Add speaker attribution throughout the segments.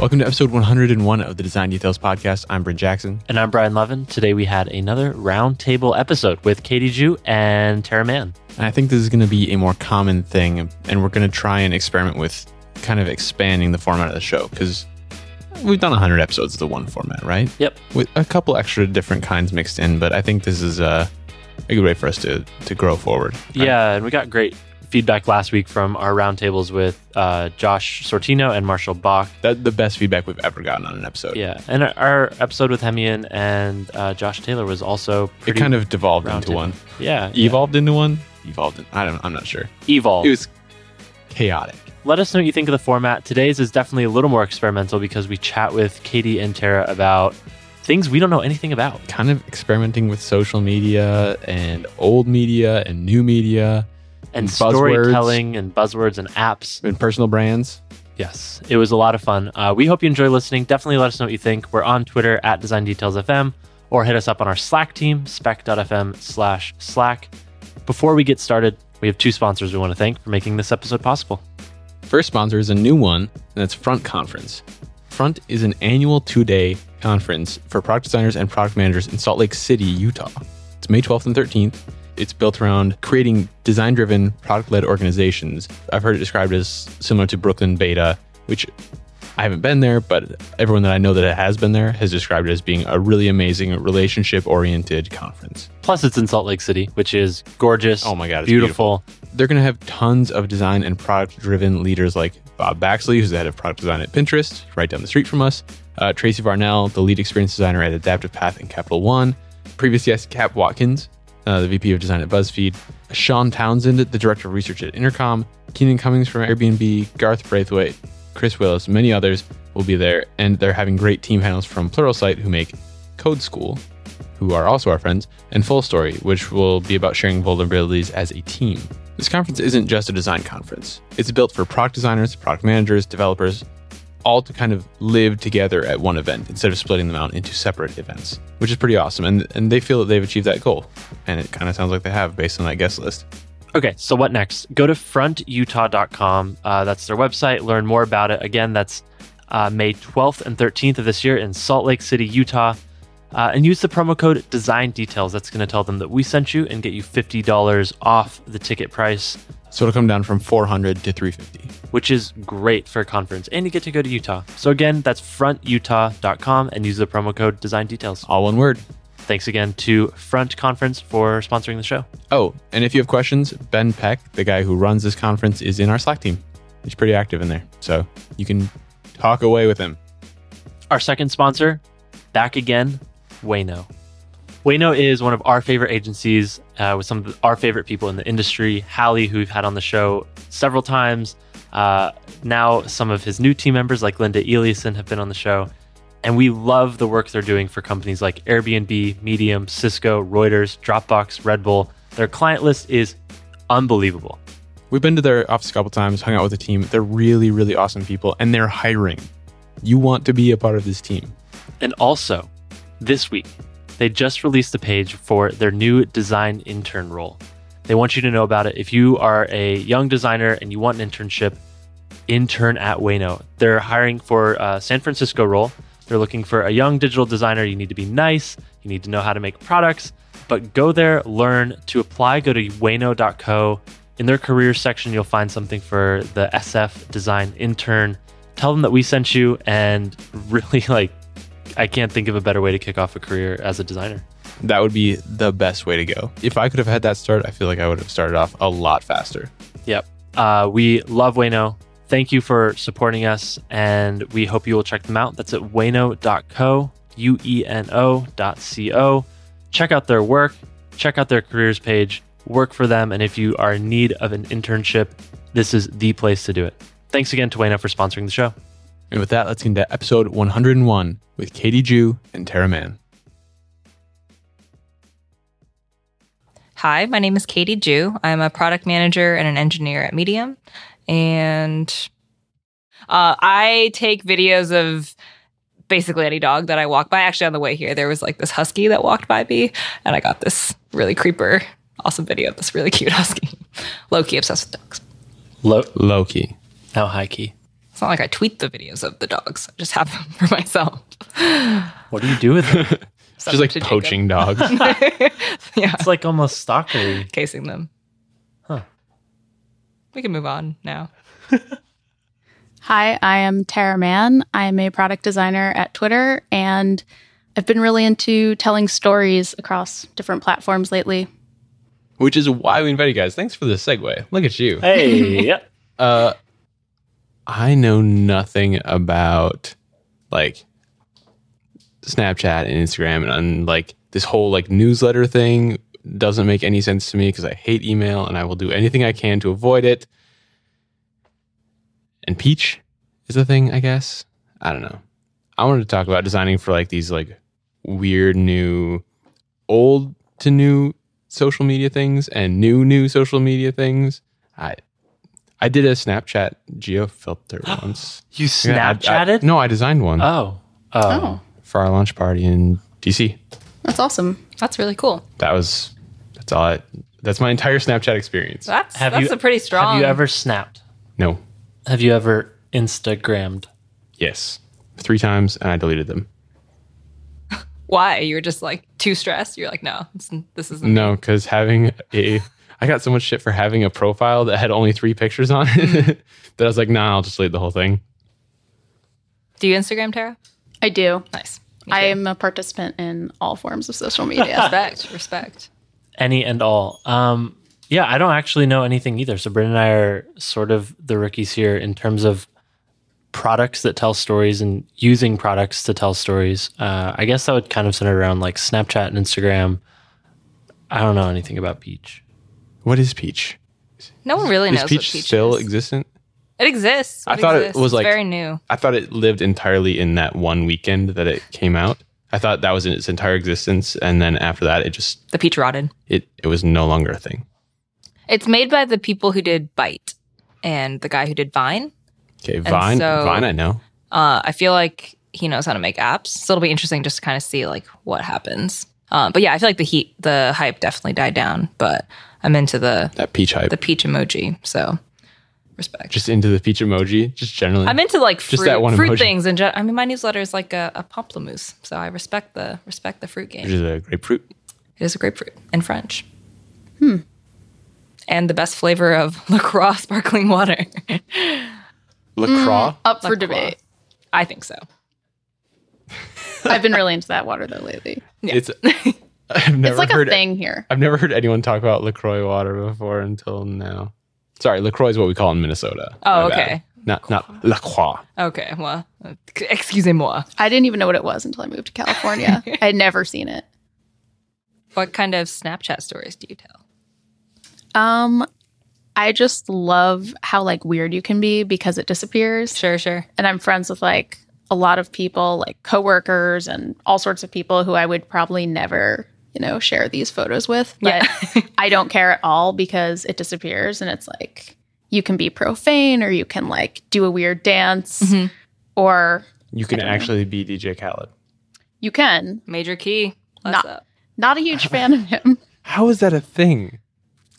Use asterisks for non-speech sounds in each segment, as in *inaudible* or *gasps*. Speaker 1: Welcome to episode 101 of the Design Details Podcast. I'm Bryn Jackson.
Speaker 2: And I'm Brian Levin. Today we had another roundtable episode with Katie Ju and Tara Mann.
Speaker 1: And I think this is going to be a more common thing. And we're going to try and experiment with kind of expanding the format of the show because we've done 100 episodes of the one format, right?
Speaker 2: Yep.
Speaker 1: With a couple extra different kinds mixed in. But I think this is a, a good way for us to, to grow forward. right?
Speaker 2: Yeah, and we got great feedback last week from our roundtables with uh, Josh Sortino and Marshall Bach.
Speaker 1: That, the best feedback we've ever gotten on an episode.
Speaker 2: Yeah, and our, our episode with Hemian and uh, Josh Taylor was also
Speaker 1: It
Speaker 2: pretty
Speaker 1: kind of devolved into
Speaker 2: roundtable.
Speaker 1: one.
Speaker 2: yeah
Speaker 1: Evolved into one? Evolved. In, I don't, I'm not sure.
Speaker 2: yeah. evolved.
Speaker 1: It was chaotic.
Speaker 2: Let us know what you think of the format. Today's is definitely a little more experimental because we chat with Katie and Tara about things we don't know anything about.
Speaker 1: kind of experimenting with social media and old media and new media
Speaker 2: and
Speaker 1: Buzzwords.
Speaker 2: storytelling and buzzwords and apps.
Speaker 1: and personal brands.
Speaker 2: Yes, it was a lot of fun. Uh, we hope you enjoy listening. Definitely let us know what you think. We're on Twitter at Design Details FM or hit us up on our Slack team, spec.fm slash Slack. Before we get started, we have two sponsors we want to thank for making this episode possible.
Speaker 1: First sponsor is a new one, and that's Front Conference. Front is an annual two day conference for product designers and product managers in Salt Lake City, Utah. It's May 12th and 13th. It's built around creating design driven, product led organizations. I've heard it described as similar to Brooklyn Beta, which I haven't been there, but everyone that I know that has been there has described it as being a really amazing relationship oriented conference.
Speaker 2: Plus, it's in Salt Lake City, which is gorgeous.
Speaker 1: Oh my God, it's
Speaker 2: beautiful.
Speaker 1: they're going to have tons of design and product driven leaders like Bob Baxley, who's the head of product design at Pinterest, right down the street from us, uh, Tracy Varnell, the lead experience designer at Adaptive Path and Capital One, previous guest Cap Watkins, uh, the VP of design at BuzzFeed, Sean Townsend, the director of research at Intercom, Keenan Cummings from Airbnb, Garth Braithwaite, Chris Willis, many others will be there. And they're having great team panels from Pluralsight who make Code School, who are also our friends, and Full Story, which will be about sharing vulnerabilities as a team. This conference isn't just a design conference. It's built for product designers, product managers, developers, all to kind of live together at one event instead of splitting them out into separate events, which is pretty awesome. And, and they feel that they've achieved that goal. And it kind of sounds like they have based on that guest list.
Speaker 2: Okay, so what next? Go to frontutah.com. Uh, that's their website. Learn more about it. Again, that's uh, May 12th and 13th of this year in Salt Lake City, Utah. Uh, and use the promo code Design Details. That's going to tell them that we sent you and get you $50 off the ticket price,
Speaker 1: So it'll come down from 400 to 350.
Speaker 2: which is great for a conference. And you get to go to Utah. So again, that's frontutah.com and use the promo code Design Details.
Speaker 1: All one word.
Speaker 2: Thanks again to Front Conference for sponsoring the show.
Speaker 1: Oh, and if you have questions, Ben Peck, the guy who runs this conference, is in our Slack team. He's pretty active in there. So you can talk away with him.
Speaker 2: Our second sponsor, back again, Wayno. Wayno is one of our favorite agencies uh, with some of our favorite people in the industry. Hallie, who we've had on the show several times. Uh, now, some of his new team members, like Linda Eliason, have been on the show. And we love the work they're doing for companies like Airbnb, Medium, Cisco, Reuters, Dropbox, Red Bull. Their client list is unbelievable.
Speaker 1: We've been to their office a couple times, hung out with the team. They're really, really awesome people, and they're hiring. You want to be a part of this team.
Speaker 2: And also, this week, they just released a page for their new design intern role. They want you to know about it. If you are a young designer and you want an internship, intern at Wayno. They're hiring for a San Francisco role. They're looking for a young digital designer. You need to be nice, you need to know how to make products, but go there, learn. To apply, go to wayno.co. In their careers section, you'll find something for the SF design intern. Tell them that we sent you and *laughs* really like I can't think of a better way to kick off a career as a designer.
Speaker 1: That would be the best way to go. If I could have had that start, I feel like I would have started off a lot faster.
Speaker 2: Yep. Uh, we love Wayno. Thank you for supporting us, and we hope you will check them out. That's at wayno.co, U E N O dot C O. Check out their work, check out their careers page, work for them, and if you are in need of an internship, this is the place to do it. Thanks again to Wayno for sponsoring the show.
Speaker 1: And with that, let's get into episode 101 with Katie Jew and Tara Mann.
Speaker 3: Hi, my name is Katie Jew. I'm a product manager and an engineer at Medium. And uh, I take videos of basically any dog that I walk by. Actually, on the way here, there was like this husky that walked by me, and I got this really creeper, awesome video of *laughs* this really cute husky. Low key obsessed with dogs.
Speaker 2: Low.
Speaker 1: Loki.
Speaker 2: Now, high key.
Speaker 3: It's not like I tweet the videos of the dogs. I just have *laughs* them for myself.
Speaker 2: What do you do with it?
Speaker 1: Just like poaching dogs.
Speaker 3: *laughs* yeah,
Speaker 2: It's like almost stalkery.
Speaker 3: casing them.
Speaker 2: Huh.
Speaker 3: We can move on now.
Speaker 4: Hi, I am Tara Mann. I'm a product designer at Twitter, and I've been really into telling stories across different platforms lately.
Speaker 1: *laughs* Which is why we invited you guys. Thanks for the segue. Look at you.
Speaker 2: Hey, yep.
Speaker 1: Uh, I know nothing about like Snapchat and Instagram and, and like this whole like newsletter thing doesn't make any sense to me because I hate email and I will do anything I can to avoid it. And Peach is the thing, I guess. I don't know. I wanted to talk about designing for like these like weird new old to new social media things and new new social media things. I I did a Snapchat geo filter once.
Speaker 2: You
Speaker 1: Yeah, I- I-
Speaker 2: Snapchatted?
Speaker 1: no, I designed one
Speaker 2: Oh. Oh.
Speaker 1: for our launch party in DC.
Speaker 4: that's awesome.
Speaker 3: That's really cool.
Speaker 1: That was that's all. I, that's my entire Snapchat experience.
Speaker 3: That's
Speaker 2: Have
Speaker 3: that's
Speaker 2: you-
Speaker 3: a pretty strong.
Speaker 2: Have you ever snapped?
Speaker 1: No,
Speaker 2: Have you ever Instagrammed?
Speaker 1: yes, three times, and I deleted them.
Speaker 3: Why you were just like too stressed? You're like, no, it's, this isn't.
Speaker 1: No, because having a I got so much shit for having a profile that had only three pictures on it *laughs* that I was like, nah, I'll just delete the whole thing.
Speaker 3: Do you Instagram Tara?
Speaker 4: I do.
Speaker 3: Nice.
Speaker 4: I am a participant in all forms of social
Speaker 3: *laughs*
Speaker 4: media.
Speaker 3: Respect. Respect.
Speaker 2: Any and all. Um, yeah, I don't actually know anything either. So Bryn and I are sort of the rookies here in terms of products that tell stories and using products to tell stories. Uh, I guess that would kind of center around like Snapchat and Instagram. I don't know anything about Peach.
Speaker 1: What is Peach?
Speaker 3: No one really
Speaker 1: Is
Speaker 3: knows
Speaker 1: Peach,
Speaker 3: what Peach
Speaker 1: still
Speaker 3: is.
Speaker 1: existent?
Speaker 3: it exists.
Speaker 1: I thought it
Speaker 3: exists.
Speaker 1: was,
Speaker 3: It's
Speaker 1: like-
Speaker 3: very new.
Speaker 1: I thought it lived entirely in that one weekend that it came out. I thought that was in its entire existence, and then after that, it just
Speaker 3: The peach rotted.
Speaker 1: it it was no longer a thing.
Speaker 3: It's made by the people who did Bite and the guy who did Vine.
Speaker 1: Okay, Vine,
Speaker 3: so-
Speaker 1: Vine, I know.
Speaker 3: Uh, I feel like he knows how to make apps, so it'll be interesting just to kind of see like what happens. Um, but yeah, I feel like the heat, the hype definitely died down. But I'm into the
Speaker 1: That peach hype.
Speaker 3: the peach emoji, so respect.
Speaker 1: just into the peach emoji, just generally.
Speaker 3: I'm into like fruit,
Speaker 1: Just that one
Speaker 3: fruit
Speaker 1: emoji.
Speaker 3: things, and I mean my newsletter is like a, a pamplemousse, so I respect the respect the fruit game.
Speaker 1: which is a grapefruit.
Speaker 3: It is a grapefruit in French. Hmm. And the best flavor of *laughs* LaCroix sparkling water. *laughs*
Speaker 1: LaCroix.
Speaker 4: Up for
Speaker 3: LaCroix.
Speaker 4: debate.
Speaker 3: I think so.
Speaker 4: I've been really into that water though lately.
Speaker 3: *laughs*
Speaker 1: It's I've never
Speaker 4: It's like
Speaker 1: heard
Speaker 4: a thing here.
Speaker 1: I've never heard anyone talk about LaCroix water before until now. Sorry, LaCroix is what we call in Minnesota.
Speaker 3: Oh,
Speaker 1: My bad.
Speaker 3: okay.
Speaker 1: Not not LaCroix.
Speaker 3: Okay, well, excusez-moi.
Speaker 4: I didn't even know what it was until I moved to California. I had never seen it.
Speaker 3: What kind of Snapchat stories do you tell?
Speaker 4: Um, I just love how like weird you can be because it disappears.
Speaker 3: Sure, sure.
Speaker 4: and I'm friends with like a lot of people, like coworkers and all sorts of people who I would probably never, you know, share these photos with. But I don't care at all because it disappears and it's like you can be profane or you can like do a weird dance or
Speaker 1: You can actually be DJ Khaled.
Speaker 4: you can.
Speaker 3: Major Key. Bless
Speaker 4: Not-
Speaker 3: up.
Speaker 4: Not a huge fan of him.
Speaker 1: How is that a thing?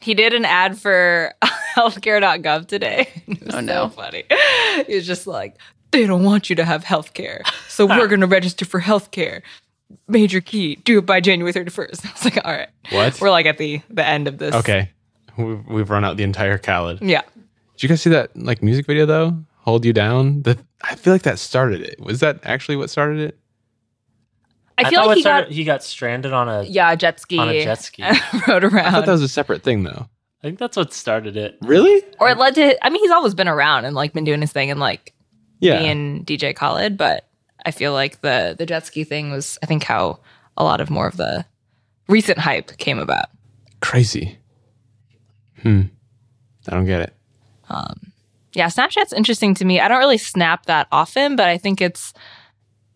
Speaker 3: He did an ad for *laughs* healthcare.gov today. *laughs* It was
Speaker 4: Oh,
Speaker 3: so
Speaker 4: no.
Speaker 3: funny. *laughs* He was just like, they don't want you to have healthcare. So we're going to register for healthcare. Major Key, do it by January 31st. *laughs* I was like, all right.
Speaker 1: What?
Speaker 3: We're like at the, the end of this.
Speaker 1: okay. We've, we've run out the entire Khaled.
Speaker 3: Yeah.
Speaker 1: Did you guys see that like music video though? Hold you down. The, I feel like that started it. Was that actually what started it?
Speaker 3: I feel like he got,
Speaker 2: he got stranded on a.
Speaker 3: yeah, a jet ski.
Speaker 2: On a jet ski.
Speaker 3: *laughs* rode
Speaker 1: I thought
Speaker 3: around.
Speaker 1: that was a separate thing though.
Speaker 2: I think that's what started it.
Speaker 1: Really?
Speaker 3: or it led to, I mean, he's always been around and like been doing his thing and like
Speaker 1: Yeah.
Speaker 3: in DJ Khaled, but I feel like the the jet ski thing was I think how a lot of more of the recent hype came about.
Speaker 1: Crazy. Hmm. I don't get it.
Speaker 3: Yeah, Snapchat's interesting to me. I don't really snap that often, but I think it's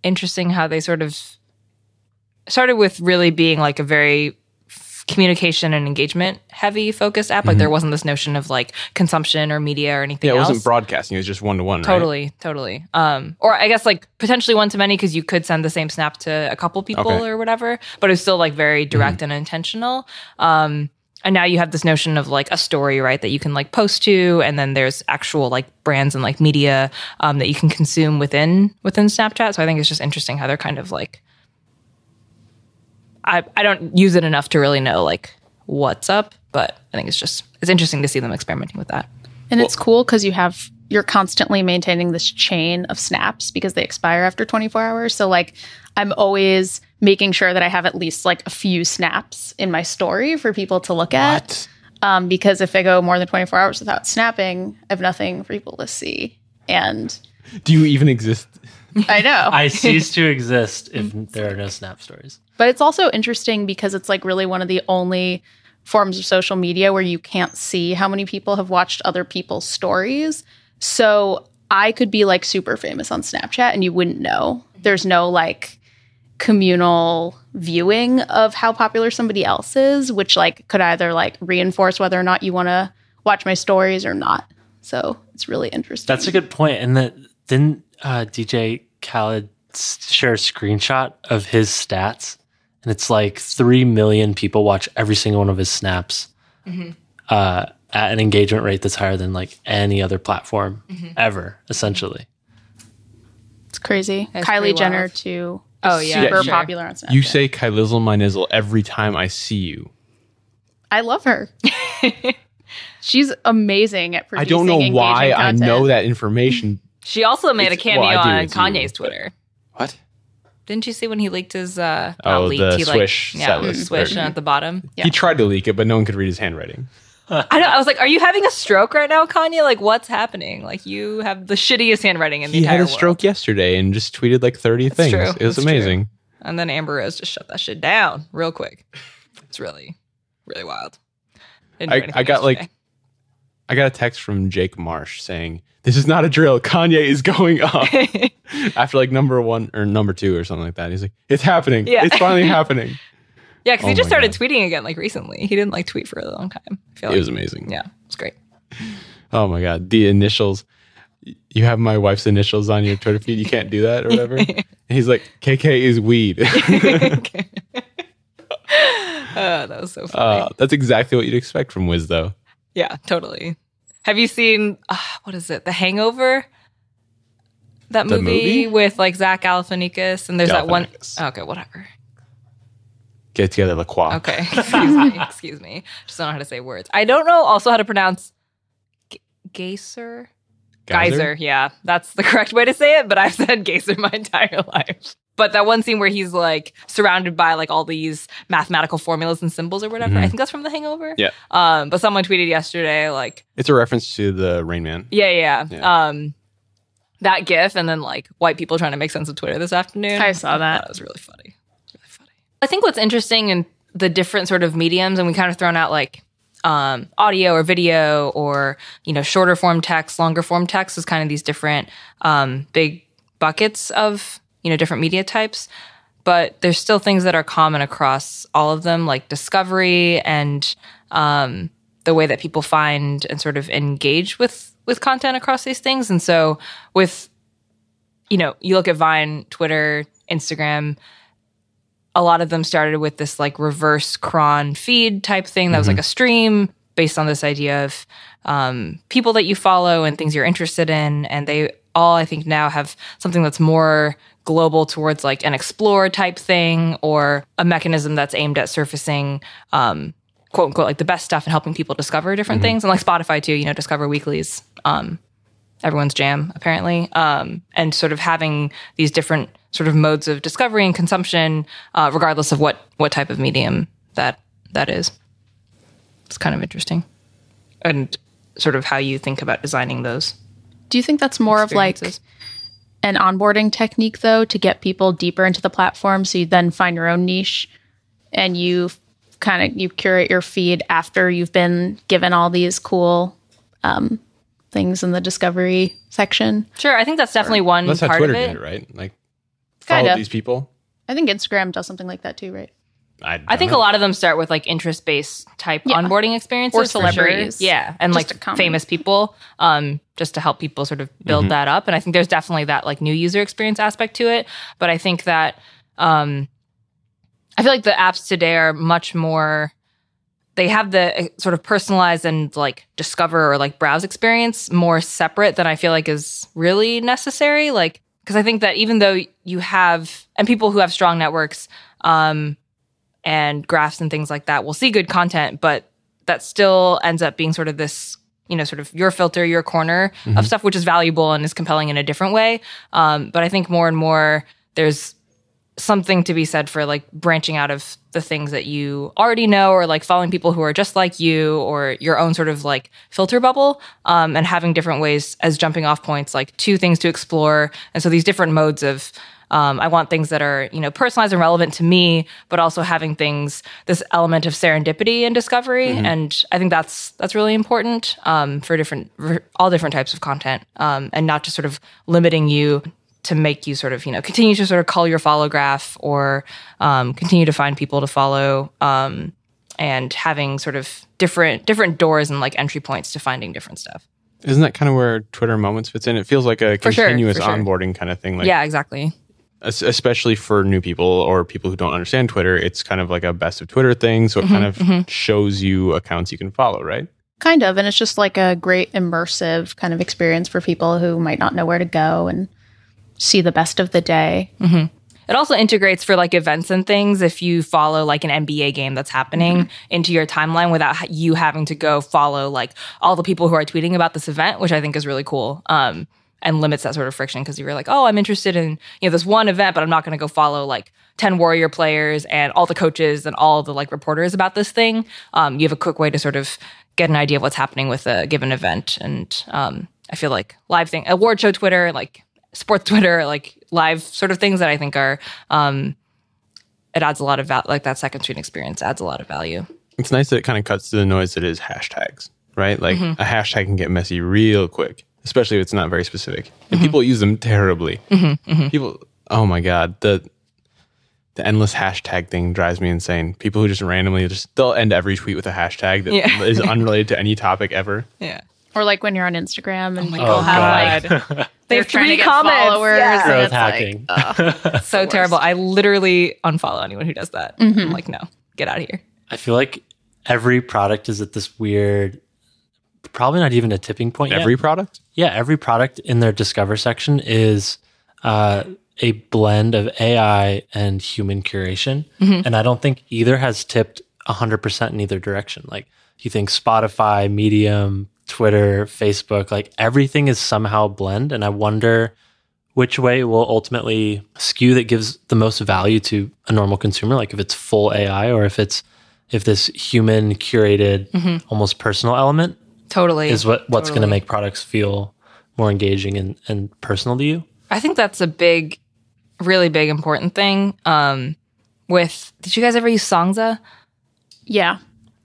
Speaker 3: interesting how they sort of started with really being like a very f- communication and engagement heavy focused app. Like there wasn't this notion of like consumption or media or anything
Speaker 1: Mm-hmm. Yeah, it
Speaker 3: else.
Speaker 1: wasn't broadcasting. It was just one to one.
Speaker 3: Totally, totally. Um, or I guess like potentially one to many because you could send the same snap to a couple people
Speaker 1: Okay. Mm-hmm.
Speaker 3: or whatever, but it's still like very direct and intentional. Um, and now you have this notion of like a story right that you can like post to and then there's actual like brands and like media um, that you can consume within within snapchat so i think it's just interesting how they're kind of like i i don't use it enough to really know like what's up but i think it's just it's interesting to see them experimenting with that
Speaker 4: And it's cool because you have you're constantly maintaining this chain of snaps because they expire after 24 hours. So like I'm always making sure that I have at least like a few snaps in my story for people to look at.
Speaker 1: What?
Speaker 4: Um, because if I go more than 24 hours without snapping, I have nothing for people to see. And
Speaker 1: Do you even exist?
Speaker 4: I know.
Speaker 2: I cease to exist if there are no snap stories.
Speaker 4: But it's also interesting because it's like really one of the only forms of social media where you can't see how many people have watched other people's stories. So I could be like super famous on Snapchat and you wouldn't know. There's no like communal viewing of how popular somebody else is, which like could either like reinforce whether or not you want to watch my stories or not. So it's really interesting.
Speaker 2: That's a good point. And that didn't uh, DJ Khaled s- share a screenshot of his stats, and it's like three million people watch every single one of his snaps uh, at an engagement rate that's higher than like any other platform ever, essentially.
Speaker 4: it's crazy.
Speaker 3: That's pretty
Speaker 4: Kylie Jenner
Speaker 3: wild.
Speaker 4: too.
Speaker 3: Oh, yeah,
Speaker 4: super
Speaker 1: for sure.
Speaker 4: popular on Snapchat.
Speaker 1: You say Kylizzle my nizzle every time I see you.
Speaker 4: I love *laughs* her. She's amazing at
Speaker 1: I
Speaker 4: producing.
Speaker 1: don't know
Speaker 4: engaging
Speaker 1: why
Speaker 4: content.
Speaker 1: I know that
Speaker 3: *laughs*
Speaker 1: information.
Speaker 3: she also made
Speaker 1: It's-
Speaker 3: a cameo
Speaker 1: well, I do,
Speaker 3: on
Speaker 1: it's you,
Speaker 3: kanye's
Speaker 1: but-
Speaker 3: twitter
Speaker 1: What?
Speaker 3: didn't you see when he leaked his uh
Speaker 1: Oh,
Speaker 3: not leaked,
Speaker 1: the
Speaker 3: he
Speaker 1: swish
Speaker 3: like yeah
Speaker 1: set list.
Speaker 3: swish
Speaker 1: Very-
Speaker 3: and at
Speaker 1: *laughs*
Speaker 3: the bottom
Speaker 4: Yeah.
Speaker 1: He tried to leak it, but no one could read his handwriting.
Speaker 3: I know. I was like, "Are you having a stroke right now, Kanye? Like, what's happening? Like, you have the shittiest handwriting in the
Speaker 1: he
Speaker 3: entire
Speaker 1: had a
Speaker 3: world."
Speaker 1: stroke yesterday and just tweeted like 30 things.
Speaker 3: true.
Speaker 1: It was
Speaker 3: That's
Speaker 1: amazing.
Speaker 3: And then Amber Rose just shut that shit down real quick. It's really, really wild. Didn't do
Speaker 1: I,
Speaker 3: anything
Speaker 1: I got
Speaker 3: yesterday.
Speaker 1: like, I got a text from Jake Marsh saying, This is not a drill. Kanye is going up
Speaker 3: *laughs*
Speaker 1: after like number one or number two or something like that. He's like, It's happening.
Speaker 3: Yeah.
Speaker 1: It's
Speaker 3: *laughs*
Speaker 1: finally happening.
Speaker 3: yeah, because
Speaker 1: oh
Speaker 3: he just
Speaker 1: my
Speaker 3: started tweeting again like recently. He didn't like tweet for a long time. I feel
Speaker 1: It
Speaker 3: like,
Speaker 1: was amazing.
Speaker 3: yeah,
Speaker 1: *laughs*
Speaker 3: it's great. *laughs*
Speaker 1: Oh my God. The initials. You have my wife's initials on your Twitter feed. You can't do that or
Speaker 3: *laughs*
Speaker 1: whatever. and he's like, KK is weed. *laughs*
Speaker 3: Okay. *laughs* Uh, that was so funny.
Speaker 1: Uh, that's exactly what you'd expect from Wiz, though.
Speaker 3: yeah, totally. Have you seen uh, what is it? The Hangover. That
Speaker 1: The
Speaker 3: movie,
Speaker 1: movie?
Speaker 3: with like Zach Galifianakis, and there's that one.
Speaker 1: Galifianakis.
Speaker 3: Okay, whatever.
Speaker 1: Get together, La Croix.
Speaker 3: Okay. *laughs* Excuse me. Excuse me. Just don't know how to say words. I don't know also how to pronounce g- geyser. Geyser. Yeah. That's the *laughs* correct way to say it, but I've said geyser my *laughs* entire life. But that one scene where he's like surrounded by like all these mathematical formulas and symbols or whatever.
Speaker 1: Mhm.
Speaker 3: I think that's from The Hangover.
Speaker 1: Yeah.
Speaker 3: Um, but someone tweeted yesterday like
Speaker 1: It's a reference to the Rain Man.
Speaker 3: yeah, yeah.
Speaker 1: Yeah.
Speaker 3: Um, that GIF, and then like white people trying to make sense of Twitter this afternoon.
Speaker 4: I saw that.
Speaker 3: That was really funny. Really funny. I think what's interesting in the different sort of mediums, and we kind of thrown out like um, audio or video or you know shorter form text, longer form text is kind of these different um, big buckets of you know different media types. But there's still things that are common across all of them, like discovery and um, the way that people find and sort of engage with with content across these things. And so with you know, you look at Vine, Twitter, Instagram, a lot of them started with this like reverse cron feed type thing that was like a stream based on this idea of um, people that you follow and things you're interested in. And they all, I think, now have something that's more global towards like an explore type thing or a mechanism that's aimed at surfacing. Um, quote unquote like the best stuff and helping people discover different things and like spotify too you know discover weeklies um everyone's jam apparently um, and sort of having these different sort of modes of discovery and consumption uh, regardless of what what type of medium that that is it's kind of interesting and sort of how you think about designing those
Speaker 4: Do you think that's more of like
Speaker 3: experiences.
Speaker 4: an onboarding technique though to get people deeper into the platform so you then find your own niche and you kind of you curate your feed after you've been given all these cool um, things in the discovery section?
Speaker 3: sure i think that's definitely one
Speaker 1: That's how
Speaker 3: Mm, part
Speaker 1: Twitter
Speaker 3: of
Speaker 1: did
Speaker 3: it
Speaker 1: it, right? Like, follow
Speaker 4: Kinda.
Speaker 1: these people.
Speaker 4: I think Instagram does something like that too, right?
Speaker 1: I,
Speaker 3: I think a lot of them start with like interest based type
Speaker 4: Yeah.
Speaker 3: onboarding experiences
Speaker 4: Or
Speaker 3: for sure.
Speaker 4: celebrities.
Speaker 3: Yeah. And
Speaker 4: Just a
Speaker 3: like
Speaker 4: common-
Speaker 3: famous people um, just to help people sort of build that up. And I think there's definitely that like new user experience aspect to it. But I think that um, I feel like the apps today are much more, they're- they have the uh, sort of personalized and like discover or like browse experience more separate than I feel like is really necessary. Like, because I think that even though you have, and people who have strong networks um, and graphs and things like that will see good content, but that still ends up being sort of this, you know, sort of your filter, your corner of stuff, which is valuable and is compelling in a different way. Um, but I think more and more there's something to be said for like branching out of the things that you already know or like following people who are just like you or your own sort of like filter bubble um, and having different ways as jumping off points like two things to explore and so these different modes of um, i want things that are you know personalized and relevant to me but also having things this element of serendipity and discovery and i think that's that's really important um, for different for all different types of content um, and not just sort of limiting you to make you sort of you know continue to sort of call your follow graph or um, continue to find people to follow um, and having sort of different different doors and like entry points to finding different stuff
Speaker 1: Isn't that kind of where Twitter Moments fits in? It feels like a
Speaker 3: For sure,
Speaker 1: continuous
Speaker 3: for sure.
Speaker 1: onboarding kind of thing. Like,
Speaker 3: yeah exactly
Speaker 1: es- especially for new people or people who don't understand Twitter, it's kind of like a best of Twitter thing.
Speaker 3: Mm-hmm,
Speaker 1: So it kind of shows you accounts you can follow, right?
Speaker 4: Kind of. And it's just like a great immersive kind of experience for people who might not know where to go and see the best of the day.
Speaker 3: it also integrates for like events and things if you follow like an nba game that's happening into your timeline without ha- you having to go follow like all the people who are tweeting about this event which i think is really cool um, and limits that sort of friction because you're like oh i'm interested in you know this one event but i'm not going to go follow like 10 warrior players and all the coaches and all the like reporters about this thing um, you have a quick way to sort of get an idea of what's happening with a given event and um, i feel like live thing award show twitter like sports Twitter, like live sort of things that I think are um it adds a lot of val- like that second screen experience adds a lot of value.
Speaker 1: It's nice that it kind of cuts to the noise that is hashtags, right? Like
Speaker 3: Mm-hmm.
Speaker 1: a hashtag can get messy real quick, especially if it's not very specific.
Speaker 3: Mm-hmm.
Speaker 1: And people use them terribly. People, oh my God, the. The endless hashtag thing drives me insane. People who just randomly just they'll end every tweet with a hashtag that is
Speaker 3: Yeah. *laughs*
Speaker 1: unrelated to any topic ever.
Speaker 3: Yeah.
Speaker 4: Or like when you're on Instagram and
Speaker 3: Oh my
Speaker 4: you'll
Speaker 3: God.
Speaker 4: have like
Speaker 3: They
Speaker 4: they're
Speaker 3: have
Speaker 4: trying
Speaker 3: three
Speaker 4: to get
Speaker 3: comments.
Speaker 4: followers
Speaker 3: Yeah.
Speaker 4: and
Speaker 2: Growth
Speaker 4: it's like,
Speaker 2: hacking.
Speaker 3: It's so
Speaker 4: the
Speaker 3: terrible. I literally unfollow anyone who does that. I'm like, no, get out of here.
Speaker 2: I feel like every product is at this weird, probably not even a tipping point. yet.
Speaker 1: Every product?
Speaker 2: yeah, every product in their discover section is uh, a blend of AI and human curation, and I don't think either has tipped hundred percent in either direction. Like you think Spotify, Medium, Twitter, Facebook, like everything is somehow blend, and I wonder which way will ultimately skew that gives the most value to a normal consumer like if it's full ai or if it's if this human curated almost personal element
Speaker 3: Totally.
Speaker 2: is what what's going
Speaker 3: Totally.
Speaker 2: to make products feel more engaging and, and personal to you.
Speaker 3: I think that's a big, really big important thing. Um with did you guys ever use Songza?
Speaker 4: Yeah.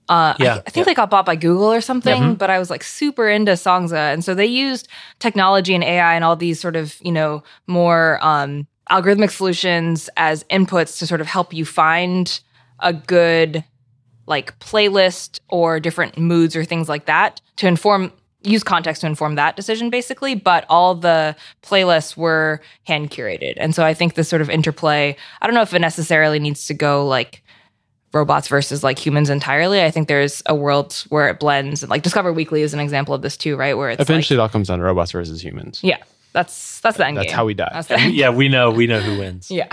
Speaker 3: Uh,
Speaker 2: Yeah, Mm-hmm.
Speaker 3: I, I think they got bought by Google or something, but I was like super into Songza. And so they used technology and AI and all these sort of, you know, more um, algorithmic solutions as inputs to sort of help you find a good like playlist or different moods or things like that to inform use context to inform that decision basically but all the playlists were hand curated and so i think this sort of interplay i don't know if it necessarily needs to go like robots versus like humans entirely i think there's a world where it blends and like discover weekly is an example of this too right where it's
Speaker 1: Eventually, it all comes down to robots versus humans.
Speaker 3: like, yeah that's that's the end
Speaker 1: That's
Speaker 3: game.
Speaker 1: how we die. *laughs*
Speaker 3: that's the end
Speaker 2: Yeah, we know we know who wins.
Speaker 3: yeah.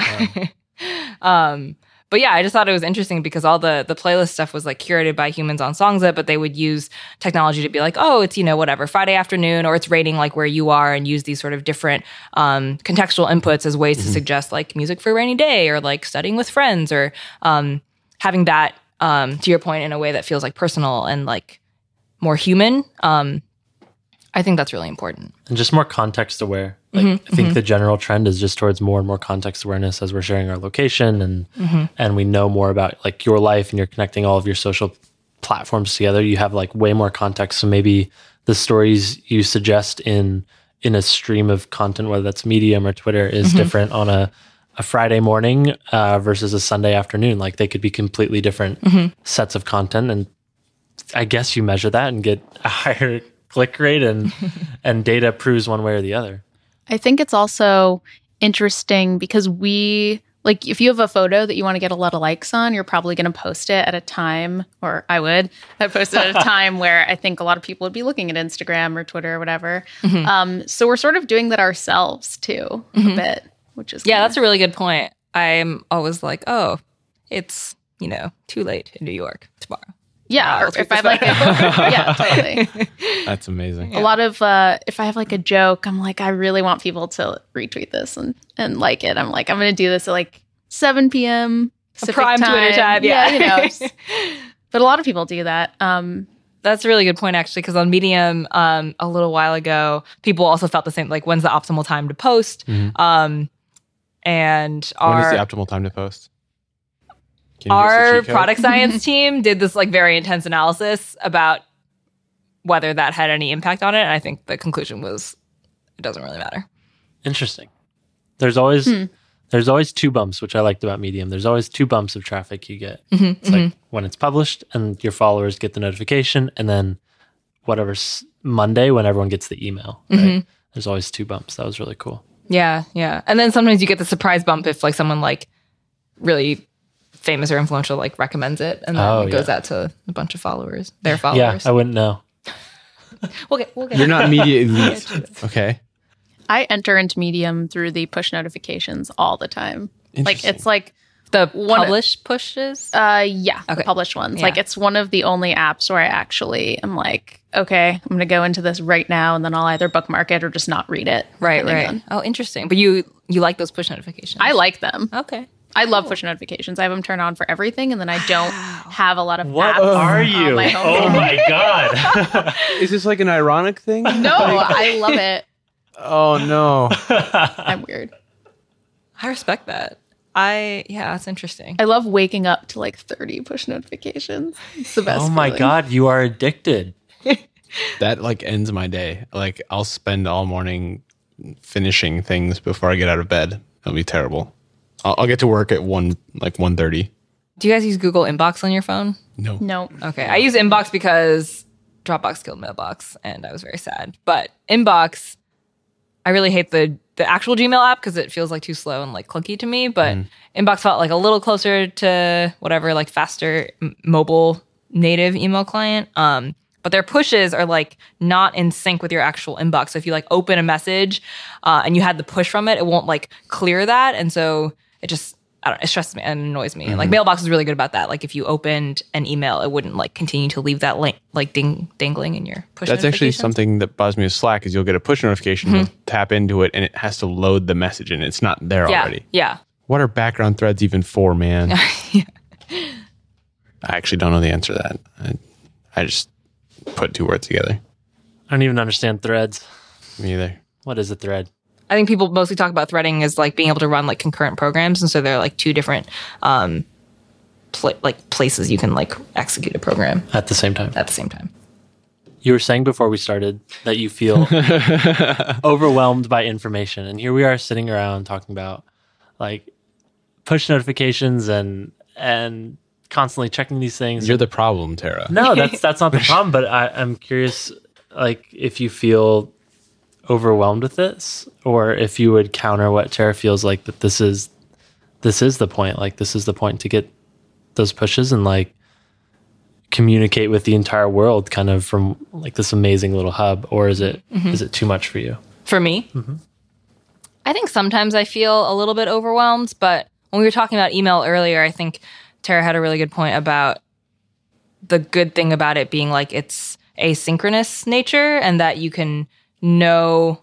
Speaker 3: *laughs* um, but yeah, I just thought it was interesting because all the the playlist stuff was like curated by humans on Songza, but they would use technology to be like, oh, it's you know whatever Friday afternoon, or it's rating like where you are, and use these sort of different um, contextual inputs as ways to suggest like music for a rainy day, or like studying with friends, or um, having that um, to your point in a way that feels like personal and like more human. Um, I think that's really important.
Speaker 2: And just more context aware. Like I think the general trend is just towards more and more context awareness as we're sharing our location and and we know more about like your life and you're connecting all of your social platforms together. You have like way more context. So maybe the stories you suggest in in a stream of content, whether that's Medium or Twitter, is different on a a Friday morning uh, versus a Sunday afternoon. Like they could be completely different sets of content, and I guess you measure that and get a *laughs* higher click rate, and and data proves one way or the other.
Speaker 4: I think it's also interesting because we Like if you have a photo that you want to get a lot of likes on, you're probably going to post it at a time, or I would, I post it at a
Speaker 3: *laughs*
Speaker 4: time where I think a lot of people would be looking at Instagram or Twitter or whatever.
Speaker 3: Mhm.
Speaker 4: Um, so we're sort of doing that ourselves too a
Speaker 3: Mhm.
Speaker 4: bit, which is
Speaker 3: Yeah,
Speaker 4: kinda-
Speaker 3: that's a really good point. I'm always like, oh, it's you know too late in New York tomorrow.
Speaker 4: yeah.
Speaker 3: I'll
Speaker 4: or
Speaker 3: tweet
Speaker 4: if I have
Speaker 3: this
Speaker 4: like, a, *laughs*
Speaker 3: *laughs*
Speaker 4: yeah, totally.
Speaker 1: That's amazing.
Speaker 3: Yeah.
Speaker 4: A lot of uh, if I have like a joke, I'm like, I really want people to retweet this and and like it. I'm like, I'm gonna do this at like 7 p.m. Pacific
Speaker 3: prime Twitter time. Yeah,
Speaker 4: you
Speaker 3: *laughs*
Speaker 4: know. s- but a lot of people do that. Um,
Speaker 3: That's a really good point, actually, because on Medium, um, a little while ago, people also felt the same. Like, when's the optimal time to post?
Speaker 1: Mhm.
Speaker 3: Um, and
Speaker 1: When
Speaker 3: our
Speaker 1: is the optimal time to post? Can you give us the
Speaker 3: our
Speaker 1: cheat code?
Speaker 3: product *laughs* science team did this like very intense analysis about whether that had any impact on it, and I think the conclusion was it doesn't really matter.
Speaker 2: Interesting. There's always
Speaker 4: Hmm.
Speaker 2: there's always two bumps, which I liked about Medium. There's always two bumps of traffic you get.
Speaker 3: Mhm,
Speaker 2: It's like when it's published and your followers get the notification, and then whatever s- Monday when everyone gets the email. Right? There's always two bumps. That was really cool.
Speaker 3: Yeah, yeah. And then sometimes you get the surprise bump if like someone like really famous or influential like recommends it and then
Speaker 2: Oh,
Speaker 3: it goes
Speaker 2: yeah.
Speaker 3: out to a bunch of followers, their
Speaker 2: yeah,
Speaker 3: followers.
Speaker 2: I wouldn't know.
Speaker 3: we'll get we'll get
Speaker 1: You're not
Speaker 3: *laughs*
Speaker 1: media elite. Okay.
Speaker 4: I enter into Medium through the push notifications all the time. Like
Speaker 1: Interesting.
Speaker 4: it's like
Speaker 3: the
Speaker 4: One-
Speaker 3: publish pushes.
Speaker 4: uh yeah, the
Speaker 3: Okay.
Speaker 4: published ones.
Speaker 3: Yeah.
Speaker 4: Like it's one of the only apps where I actually am like, okay, I'm gonna go into this right now, and then I'll either bookmark it or just not read it.
Speaker 3: right,
Speaker 4: depending
Speaker 3: right.
Speaker 4: on-
Speaker 3: Oh, interesting. But you you like those push notifications.
Speaker 4: I like them.
Speaker 3: Okay.
Speaker 4: I love push notifications. I have them turned on for everything, and then I don't have a lot of
Speaker 2: What
Speaker 4: apps
Speaker 2: are
Speaker 4: on
Speaker 2: you?
Speaker 4: my
Speaker 2: oh
Speaker 4: home.
Speaker 2: my god.
Speaker 1: is this like an ironic *laughs* thing?
Speaker 4: no, I love it.
Speaker 1: Oh no.
Speaker 4: I'm weird.
Speaker 3: I respect that. I yeah, that's interesting.
Speaker 4: I love waking up to like 30 push notifications. It's the best.
Speaker 2: oh my
Speaker 4: feeling.
Speaker 2: god, you are addicted.
Speaker 1: *laughs* That like ends my day. Like I'll spend all morning finishing things before I get out of bed. It'll be terrible. I'll, I'll get to work at one like one thirty.
Speaker 3: Do you guys use Google Inbox on your phone?
Speaker 1: No.
Speaker 4: No,
Speaker 3: Okay. I use Inbox because Dropbox killed Mailbox and I was very sad. But Inbox, I really hate the the actual Gmail app because it feels like too slow and like clunky to me. But
Speaker 1: Mm.
Speaker 3: Inbox felt like a little closer to whatever, like faster m- mobile native email client. Um, but their pushes are like not in sync with your actual inbox. So if you like open a message uh, and you had the push from it, it won't like clear that. And so it just I don't know, it stresses me and annoys me.
Speaker 1: Mm-hmm.
Speaker 3: Like Mailbox is really good about that. Like if you opened an email, it wouldn't like continue to leave that link like ding dangling in your push.
Speaker 1: That's actually
Speaker 3: notifications.
Speaker 1: something that bugs me with Slack is you'll get a push notification, you'll tap into it, and it has to load the message, and it's not there
Speaker 3: Yeah,
Speaker 1: already.
Speaker 3: yeah.
Speaker 1: What are background threads even for, *laughs* man? I actually don't know the answer to that. I, I just put two words together.
Speaker 2: I don't even understand threads.
Speaker 1: Me either.
Speaker 2: What is a thread?
Speaker 3: I think people mostly talk about threading as like being able to run like concurrent programs, and so there are like two different um, pla like places you can like execute a program
Speaker 2: At the same time.
Speaker 3: at the same time.
Speaker 2: You were saying before we started that you feel overwhelmed by information. And here we are sitting around talking about like push notifications and and constantly checking these things.
Speaker 1: You're the problem, Tara.
Speaker 2: *laughs* no, that's that's not the problem, but I, I'm curious like if you feel overwhelmed with this or if you would counter what Tara feels like that this is this is the point. Like this is the point to get those pushes and like communicate with the entire world kind of from like this amazing little hub or is it is it too much for you
Speaker 3: for me. I think sometimes I feel a little bit overwhelmed, but when we were talking about email earlier, I think Tara had a really good point about the good thing about it being like it's asynchronous nature and that you can know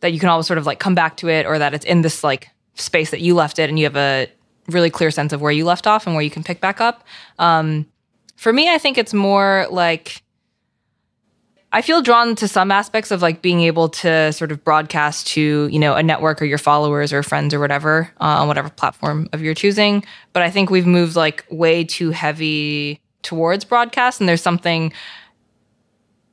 Speaker 3: that you can always sort of like come back to it or that it's in this like space that you left it and you have a really clear sense of where you left off and where you can pick back up. Um, for me, I think it's more like I feel drawn to some aspects of like being able to sort of broadcast to you know a network or your followers or friends or whatever uh, on whatever platform of your choosing. But I think we've moved like way too heavy towards broadcast, and there's something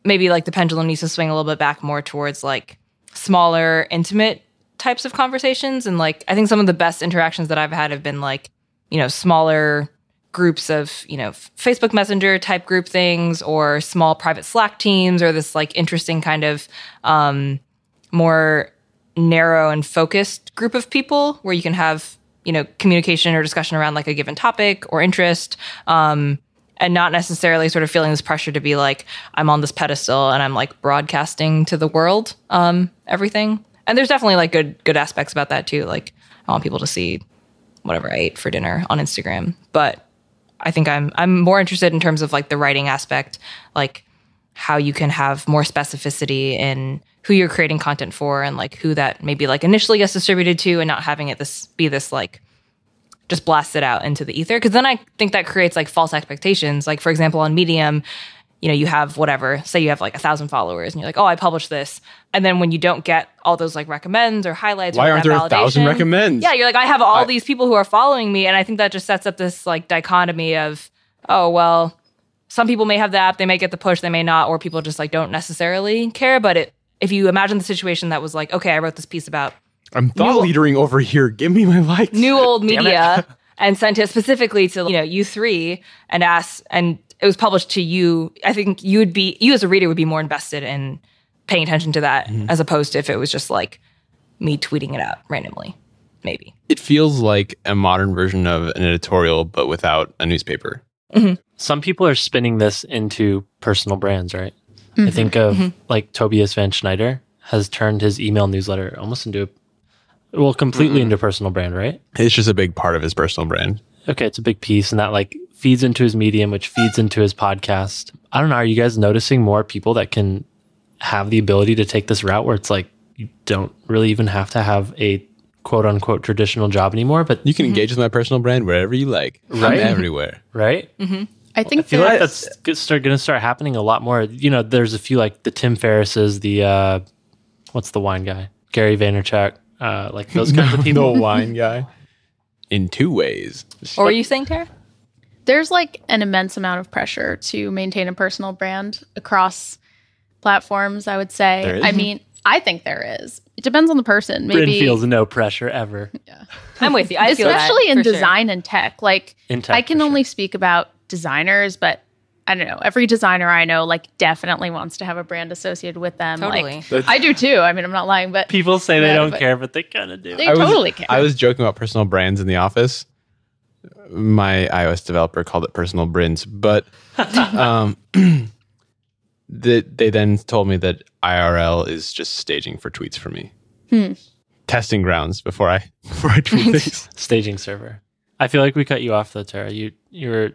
Speaker 3: maybe like the pendulum needs to swing a little bit back more towards like smaller, intimate types of conversations. And like I think some of the best interactions that I've had have been like you know smaller groups of you know f- facebook messenger type group things or small private slack teams or this like interesting kind of um, more narrow and focused group of people where you can have you know communication or discussion around like a given topic or interest um, and not necessarily sort of feeling this pressure to be like i'm on this pedestal and i'm like broadcasting to the world um, everything and there's definitely like good good aspects about that too like i want people to see whatever i ate for dinner on instagram but i think i'm i'm more interested in terms of like the writing aspect like how you can have more specificity in who you're creating content for and like who that maybe like initially gets distributed to and not having it this be this like just blast it out into the ether because then i think that creates like false expectations like for example on medium you know you have whatever say you have like a thousand followers and you're like oh i published this and then when you don't get all those like recommends or highlights
Speaker 1: Why
Speaker 3: or
Speaker 1: aren't
Speaker 3: that
Speaker 1: there a thousand
Speaker 3: validation-
Speaker 1: recommends?
Speaker 3: yeah you're like i have all
Speaker 1: I-
Speaker 3: these people who are following me and i think that just sets up this like dichotomy of oh well some people may have the app, they may get the push, they may not, or people just like don't necessarily care. But it, if you imagine the situation that was like, okay, I wrote this piece about
Speaker 1: I'm thought leadering over here. Give me my likes.
Speaker 3: new
Speaker 2: *laughs*
Speaker 3: old media and sent it specifically to you know you three and asked, and it was published to you. I think you would be you as a reader would be more invested in paying attention to that
Speaker 2: Mm-hmm.
Speaker 3: as opposed to if it was just like me tweeting it out randomly, maybe.
Speaker 1: It feels like a modern version of an editorial, but without a newspaper.
Speaker 2: Some people are spinning this into personal brands, right? I think of like Tobias Van Schneider has turned his email newsletter almost into a, well, completely into personal brand, right?
Speaker 1: It's just a big part of his personal brand.
Speaker 2: Okay, it's a big piece, and that like feeds into his medium, which feeds into his podcast. I don't know. Are you guys noticing more people that can have the ability to take this route where it's like you don't really even have to have a quote unquote traditional job anymore? But
Speaker 1: You can engage with my personal brand wherever you like.
Speaker 2: Right.
Speaker 1: I'm everywhere.
Speaker 2: right,
Speaker 4: I think
Speaker 2: I feel like
Speaker 4: that-
Speaker 2: that's good- start going to start happening a lot more. You know, there's a few like the Tim Ferrisses, the uh, what's the wine guy, Gary Vaynerchuk, uh, like those kinds of people. *laughs*
Speaker 1: wine guy. In two ways.
Speaker 3: Or were you saying, Tara?
Speaker 4: there's like an immense amount of pressure to maintain a personal brand across platforms, I would say.
Speaker 1: There is?
Speaker 4: I mean, I think there is. It depends on the person.
Speaker 2: Bryn
Speaker 4: Maybe
Speaker 2: feels no pressure
Speaker 4: *laughs*
Speaker 2: ever.
Speaker 3: I'm with you. I feel that,
Speaker 4: especially in
Speaker 3: for sure.
Speaker 4: design and tech. Like
Speaker 2: In tech,
Speaker 4: I can
Speaker 2: for
Speaker 4: only speak about designers, but I don't know. Every designer I know like definitely wants to have a brand associated with them.
Speaker 3: Totally.
Speaker 4: Like I do too. I mean, I'm not lying, but
Speaker 2: People say they
Speaker 4: Yeah,
Speaker 2: don't
Speaker 4: but-
Speaker 2: care, but they kind of do.
Speaker 4: they totally care.
Speaker 1: I was joking about personal brands in the office. My iOS developer called it personal brins,
Speaker 4: *laughs*
Speaker 1: but um, *clears throat* the, they then told me that IRL is just staging for tweets for me.
Speaker 4: Hmm.
Speaker 1: Testing grounds before I *laughs* before I
Speaker 4: *laughs*
Speaker 1: tweet things.
Speaker 2: staging server. I feel like we cut you off though, Tara. You you were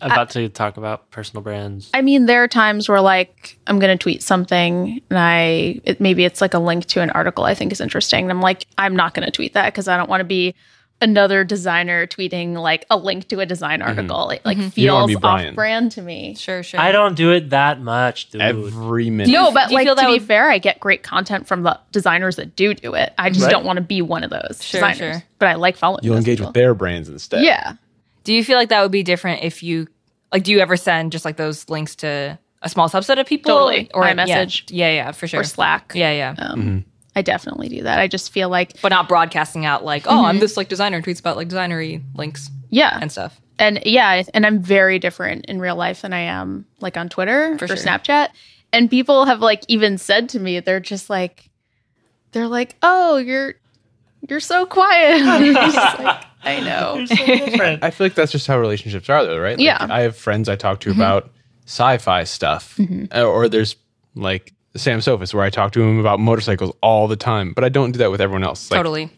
Speaker 2: about to talk about personal brands.
Speaker 4: I mean, there are times where like I'm going to tweet something and I it, maybe it's like a link to an article I think is interesting. And I'm like, I'm not going to tweet that because I don't want to be another designer tweeting like a link to a design
Speaker 2: Mm-hmm.
Speaker 4: article. It like
Speaker 1: don't wanna
Speaker 4: feels
Speaker 1: be Brian.
Speaker 4: off brand to me.
Speaker 3: Sure, sure.
Speaker 2: I don't do it that much, dude.
Speaker 1: Every minute.
Speaker 3: Do you-
Speaker 4: No, but
Speaker 3: do you
Speaker 4: like
Speaker 3: feel
Speaker 4: to
Speaker 3: that
Speaker 4: be
Speaker 3: would-
Speaker 4: fair, I get great content from the designers that do do it. I just don't want to be one of those
Speaker 3: Sure,
Speaker 4: designers.
Speaker 3: sure.
Speaker 4: But I like following.
Speaker 1: You'll
Speaker 4: those
Speaker 1: engage
Speaker 4: people.
Speaker 1: with their brands instead.
Speaker 4: Yeah,
Speaker 3: Do you feel like that would be different if you like? Do you ever send just like those links to a small subset of people?
Speaker 4: Totally.
Speaker 3: Or
Speaker 4: By
Speaker 3: yeah.
Speaker 4: message.
Speaker 3: Yeah, yeah, for sure.
Speaker 4: or Slack.
Speaker 3: Yeah, yeah.
Speaker 4: Um, I definitely do that. I just feel like
Speaker 3: But not broadcasting out like, oh, I'm this like designer and tweets about like designery links
Speaker 4: yeah,
Speaker 3: and stuff.
Speaker 4: and yeah, and I'm very different in real life than I am like on Twitter
Speaker 3: For
Speaker 4: or
Speaker 3: sure.
Speaker 4: Snapchat. And people have like even said to me, they're just like, they're like, oh, you're you're so quiet. *laughs* I'm just like,
Speaker 3: *laughs*
Speaker 4: I know.
Speaker 1: I feel like that's just how relationships are, though, right? Like,
Speaker 4: Yeah.
Speaker 1: I have friends I talk to about sci-fi stuff, Uh, or there's like Sam Sophus, where I talk to him about motorcycles all the time, but I don't do that with everyone else. Like,
Speaker 3: totally.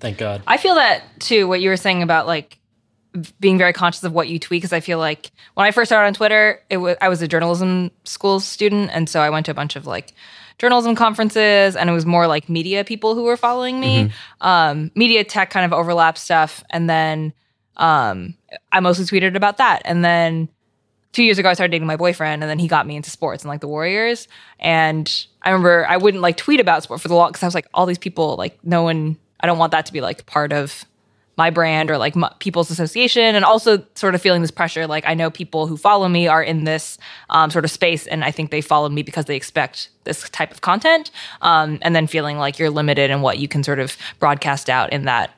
Speaker 2: Thank God.
Speaker 3: I feel that too. What you were saying about like being very conscious of what you tweet, because I feel like when I first started on Twitter, it was I was a journalism school student, and so I went to a bunch of like journalism conferences, and it was more like media people who were following me, um, media tech kind of overlap stuff, and then um, I mostly tweeted about that, and then two years ago I started dating my boyfriend and then he got me into sports and like the Warriors. And I remember I wouldn't like tweet about sport for the long because I was like, all these people, like no one I don't want that to be like part of my brand or like my, people's association and also sort of feeling this pressure like i know people who follow me are in this um, sort of space and i think they follow me because they expect this type of content um, and then feeling like you're limited in what you can sort of broadcast out in that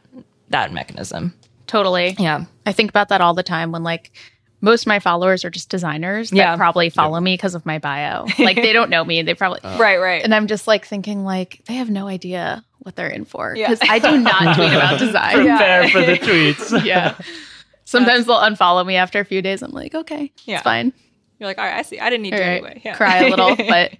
Speaker 3: that mechanism
Speaker 4: Totally.
Speaker 3: yeah
Speaker 4: I think about that all the time when like most of my followers are just designers that
Speaker 3: Yeah.
Speaker 4: probably follow me because of my bio. Like they don't know me. They probably
Speaker 3: right right
Speaker 4: and I'm just like thinking like they have no idea what they're in for.
Speaker 3: Yeah.
Speaker 4: Because I do not tweet about design.
Speaker 3: Yeah.
Speaker 2: Prepare for
Speaker 4: *laughs*
Speaker 2: the tweets.
Speaker 4: yeah. Sometimes they'll unfollow me after a few days. I'm like, okay,
Speaker 3: Yeah.
Speaker 4: it's fine.
Speaker 3: You're like, all right, I see. I didn't need
Speaker 4: All
Speaker 3: to
Speaker 4: right.
Speaker 3: anyway. Yeah.
Speaker 4: Cry a
Speaker 3: *laughs*
Speaker 4: little, but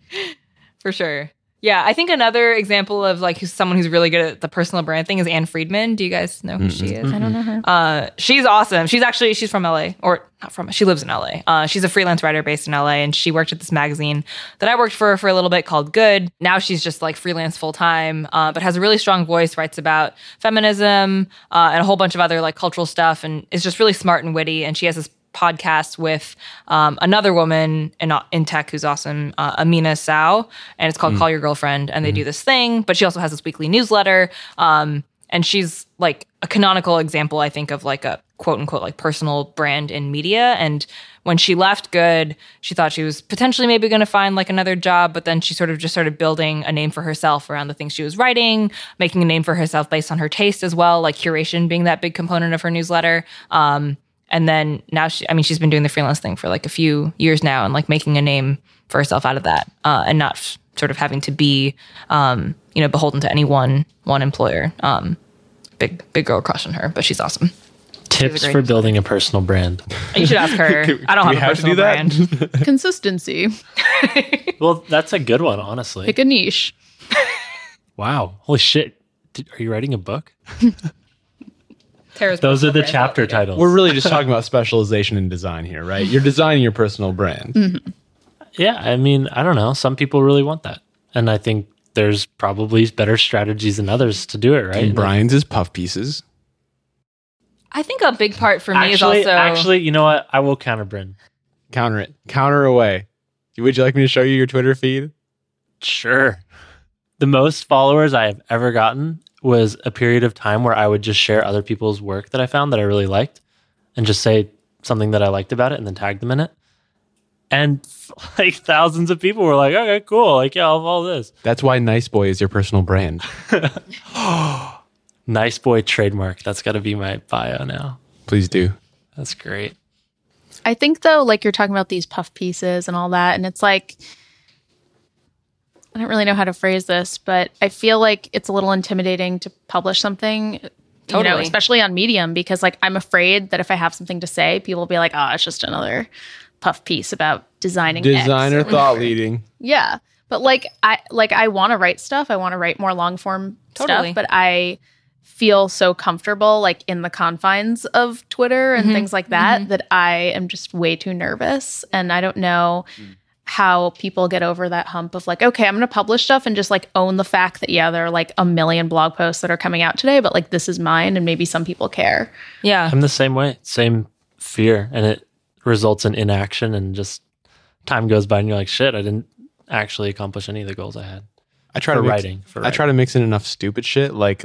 Speaker 3: for sure. Yeah, I think another example of like who's someone who's really good at the personal brand thing is Anne Friedman. Do you guys know who she is?
Speaker 4: I don't know her.
Speaker 3: Uh, she's awesome. She's actually she's from LA or not from. She lives in LA. Uh, she's a freelance writer based in LA, and she worked at this magazine that I worked for for a little bit called Good. Now she's just like freelance full time, uh, but has a really strong voice. Writes about feminism uh, and a whole bunch of other like cultural stuff, and is just really smart and witty. And she has this podcast with um, another woman in, in tech who's awesome, uh, Amina Sao, and it's called Call Your Girlfriend. And they do this thing, but she also has this weekly newsletter. Um, and she's like a canonical example, I think, of like a quote unquote like personal brand in media. And when she left Good, she thought she was potentially maybe going to find like another job, but then she sort of just started building a name for herself around the things she was writing, making a name for herself based on her taste as well, like curation being that big component of her newsletter. Um, and then now she i mean she's been doing the freelance thing for like a few years now and like making a name for herself out of that uh, and not f- sort of having to be um, you know beholden to any one one employer um, big big girl crush on her but she's awesome
Speaker 2: *laughs* Tips
Speaker 3: great
Speaker 2: for building a personal brand.
Speaker 4: *laughs*
Speaker 3: you should ask her
Speaker 1: *laughs*
Speaker 3: i don't have
Speaker 1: we
Speaker 3: a
Speaker 1: have to
Speaker 3: personal
Speaker 1: do that?
Speaker 3: brand
Speaker 4: Consistency.
Speaker 2: Well, that's a good one, honestly.
Speaker 4: Pick a niche.
Speaker 2: Wow. Holy shit. Did, are you writing a book?
Speaker 1: *laughs*
Speaker 3: Tara's
Speaker 2: Those are the
Speaker 3: personal brand.
Speaker 2: chapter titles.
Speaker 1: We're really just talking about specialization and design here, right? You're designing your personal brand.
Speaker 2: yeah, I mean, I don't know. Some people really want that. And I think there's probably better strategies than others to do it, right?
Speaker 1: And Brian's is puff pieces.
Speaker 3: i think a big part for me
Speaker 2: actually,
Speaker 3: is also
Speaker 2: actually, you know what? I will counter Bryn.
Speaker 1: Counter it. Counter away. Would you like me to show you your Twitter feed?
Speaker 2: Sure. The most followers I have ever gotten was a period of time where I would just share other people's work that I found that I really liked and just say something that I liked about it and then tag them in it. And *laughs* like thousands of people were like, okay, cool. Like, yeah, I'll follow this.
Speaker 1: That's why Nice Boy is your personal brand.
Speaker 2: Nice boy trademark. That's got to be my bio now.
Speaker 1: Please do.
Speaker 2: That's great.
Speaker 4: I think though, like you're talking about these puff pieces and all that, and it's like I don't really know how to phrase this, but I feel like it's a little intimidating to publish something. You know,
Speaker 3: Totally.
Speaker 4: especially on Medium, because like I'm afraid that if I have something to say, people will be like, "Oh, it's just another puff piece about designing." X."
Speaker 1: Designer thought leading.
Speaker 4: Yeah. But like I like I want to write stuff. I want to write more long form
Speaker 3: Totally.
Speaker 4: stuff, but I feel so comfortable like in the confines of Twitter and things like that that I am just way too nervous and I don't know how people get over that hump of like okay, I'm going to publish stuff and just like own the fact that yeah, there are like a million blog posts that are coming out today, but like this is mine and maybe some people care.
Speaker 3: yeah
Speaker 2: I'm the same way, same fear, and it results in inaction and just time goes by and you're like, shit, I didn't actually accomplish any of the goals I had
Speaker 1: I try
Speaker 2: for
Speaker 1: to mix,
Speaker 2: writing. For
Speaker 1: I
Speaker 2: writing.
Speaker 1: try to mix in enough stupid shit like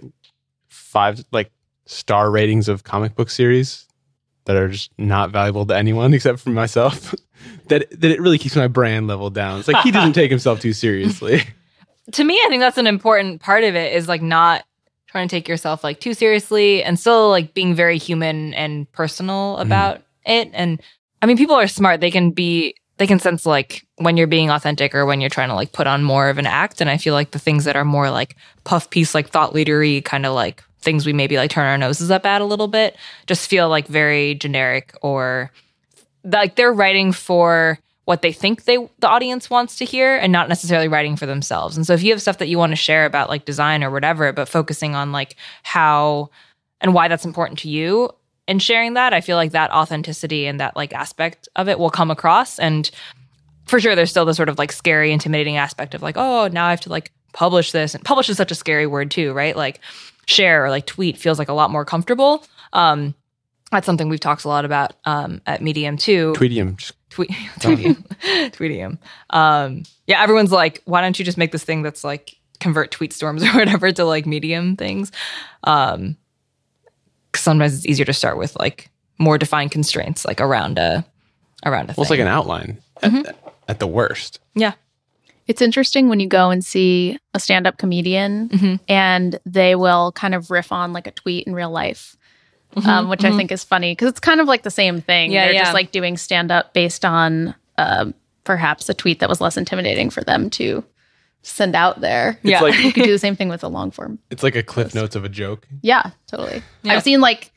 Speaker 1: five like star ratings of comic book series that are just not valuable to anyone *laughs* except for myself. *laughs* that that it really keeps my brand level down. It's like he
Speaker 3: *laughs*
Speaker 1: doesn't take himself too seriously.
Speaker 3: to me, I think that's an important part of it is like not trying to take yourself like too seriously and still like being very human and personal about it. And I mean, people are smart. They can be, they can sense like when you're being authentic or when you're trying to like put on more of an act. And I feel like the things that are more like puff piece, like thought leadery kind of like things we maybe like turn our noses up at a little bit just feel like very generic or like they're writing for what they think they the audience wants to hear and not necessarily writing for themselves. And so if you have stuff that you want to share about like design or whatever, but focusing on like how and why that's important to you and sharing that, I feel like that authenticity and that like aspect of it will come across and for sure there's still the sort of like scary intimidating aspect of like oh now i have to like publish this and publish is such a scary word too right like share or like tweet feels like a lot more comfortable um that's something we've talked a lot about um at medium too
Speaker 1: Tweetium. Just
Speaker 3: tweet *laughs* tweetium tweetium um yeah everyone's like why don't you just make this thing that's like convert tweet storms *laughs* or whatever to like medium things um 'cause sometimes it's easier to start with like more defined constraints like around a around a
Speaker 1: well, it's like
Speaker 3: thing
Speaker 1: an outline at,
Speaker 3: Mm-hmm.
Speaker 1: at the worst.
Speaker 3: yeah
Speaker 4: It's interesting when you go and see a stand up comedian
Speaker 3: Mm-hmm.
Speaker 4: and they will kind of riff on like a tweet in real life, um, which I think is funny because it's kind of like the same thing.
Speaker 3: Mm-hmm. Yeah,
Speaker 4: They're
Speaker 3: yeah.
Speaker 4: just like doing stand up based on um perhaps a tweet that was less intimidating for them to send out there.
Speaker 1: It's
Speaker 3: Yeah.
Speaker 1: like
Speaker 4: You could do the same thing with a long form.
Speaker 1: it's like a cliff notes of a joke.
Speaker 4: Yeah, totally.
Speaker 3: Yeah.
Speaker 4: I've seen like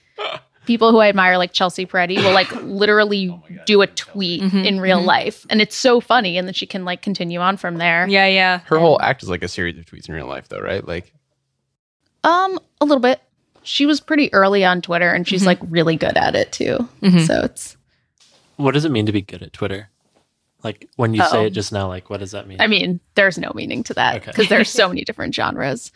Speaker 4: people who I admire, like Chelsea Peretti, will like literally do a tweet
Speaker 3: Mhm,
Speaker 4: in real
Speaker 3: mhm.
Speaker 4: life, and it's so funny, and then she can like continue on from
Speaker 3: *laughs*
Speaker 4: there.
Speaker 3: Yeah, yeah.
Speaker 1: Her whole act is like a series of tweets in real life, though, right? Like,
Speaker 4: Um, a little bit. She was pretty early on Twitter, and she's
Speaker 3: Mhm.
Speaker 4: like really good at it too.
Speaker 3: Mhm.
Speaker 4: So it's.
Speaker 2: What does it mean to be good at Twitter? Like when you say
Speaker 4: Uh-oh.
Speaker 2: it just now, like what does that mean?
Speaker 4: I mean, there's no meaning to that
Speaker 2: Okay.
Speaker 4: because there's so many different genres.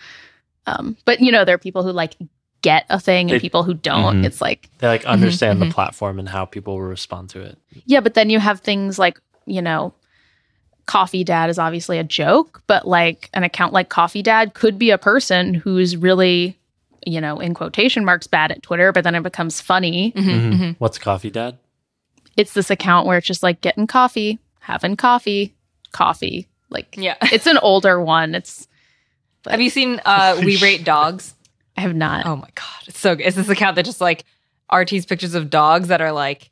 Speaker 4: Um, but you know, there are people who like get a thing and
Speaker 2: It-
Speaker 4: people who don't.
Speaker 1: Mhm.
Speaker 4: It's like
Speaker 2: they like understand
Speaker 3: mhm.
Speaker 2: the platform and how people will respond to it.
Speaker 4: Yeah, but then you have things like, you know, Coffee Dad is obviously a joke, but like an account like Coffee Dad could be a person who's really, you know, in quotation marks bad at Twitter, but then it becomes funny.
Speaker 1: Mhm.
Speaker 3: Mhm, mhm.
Speaker 2: What's coffee, Dad?
Speaker 4: It's this account where it's just like getting coffee, having coffee, coffee. Like
Speaker 3: Yeah.
Speaker 4: *laughs* it's an older one. It's but
Speaker 3: Have you seen uh,
Speaker 1: *laughs*
Speaker 3: We Rate Dogs?
Speaker 4: I have not.
Speaker 3: Oh my god, it's so good. It's this account that just like RT's pictures of dogs that are like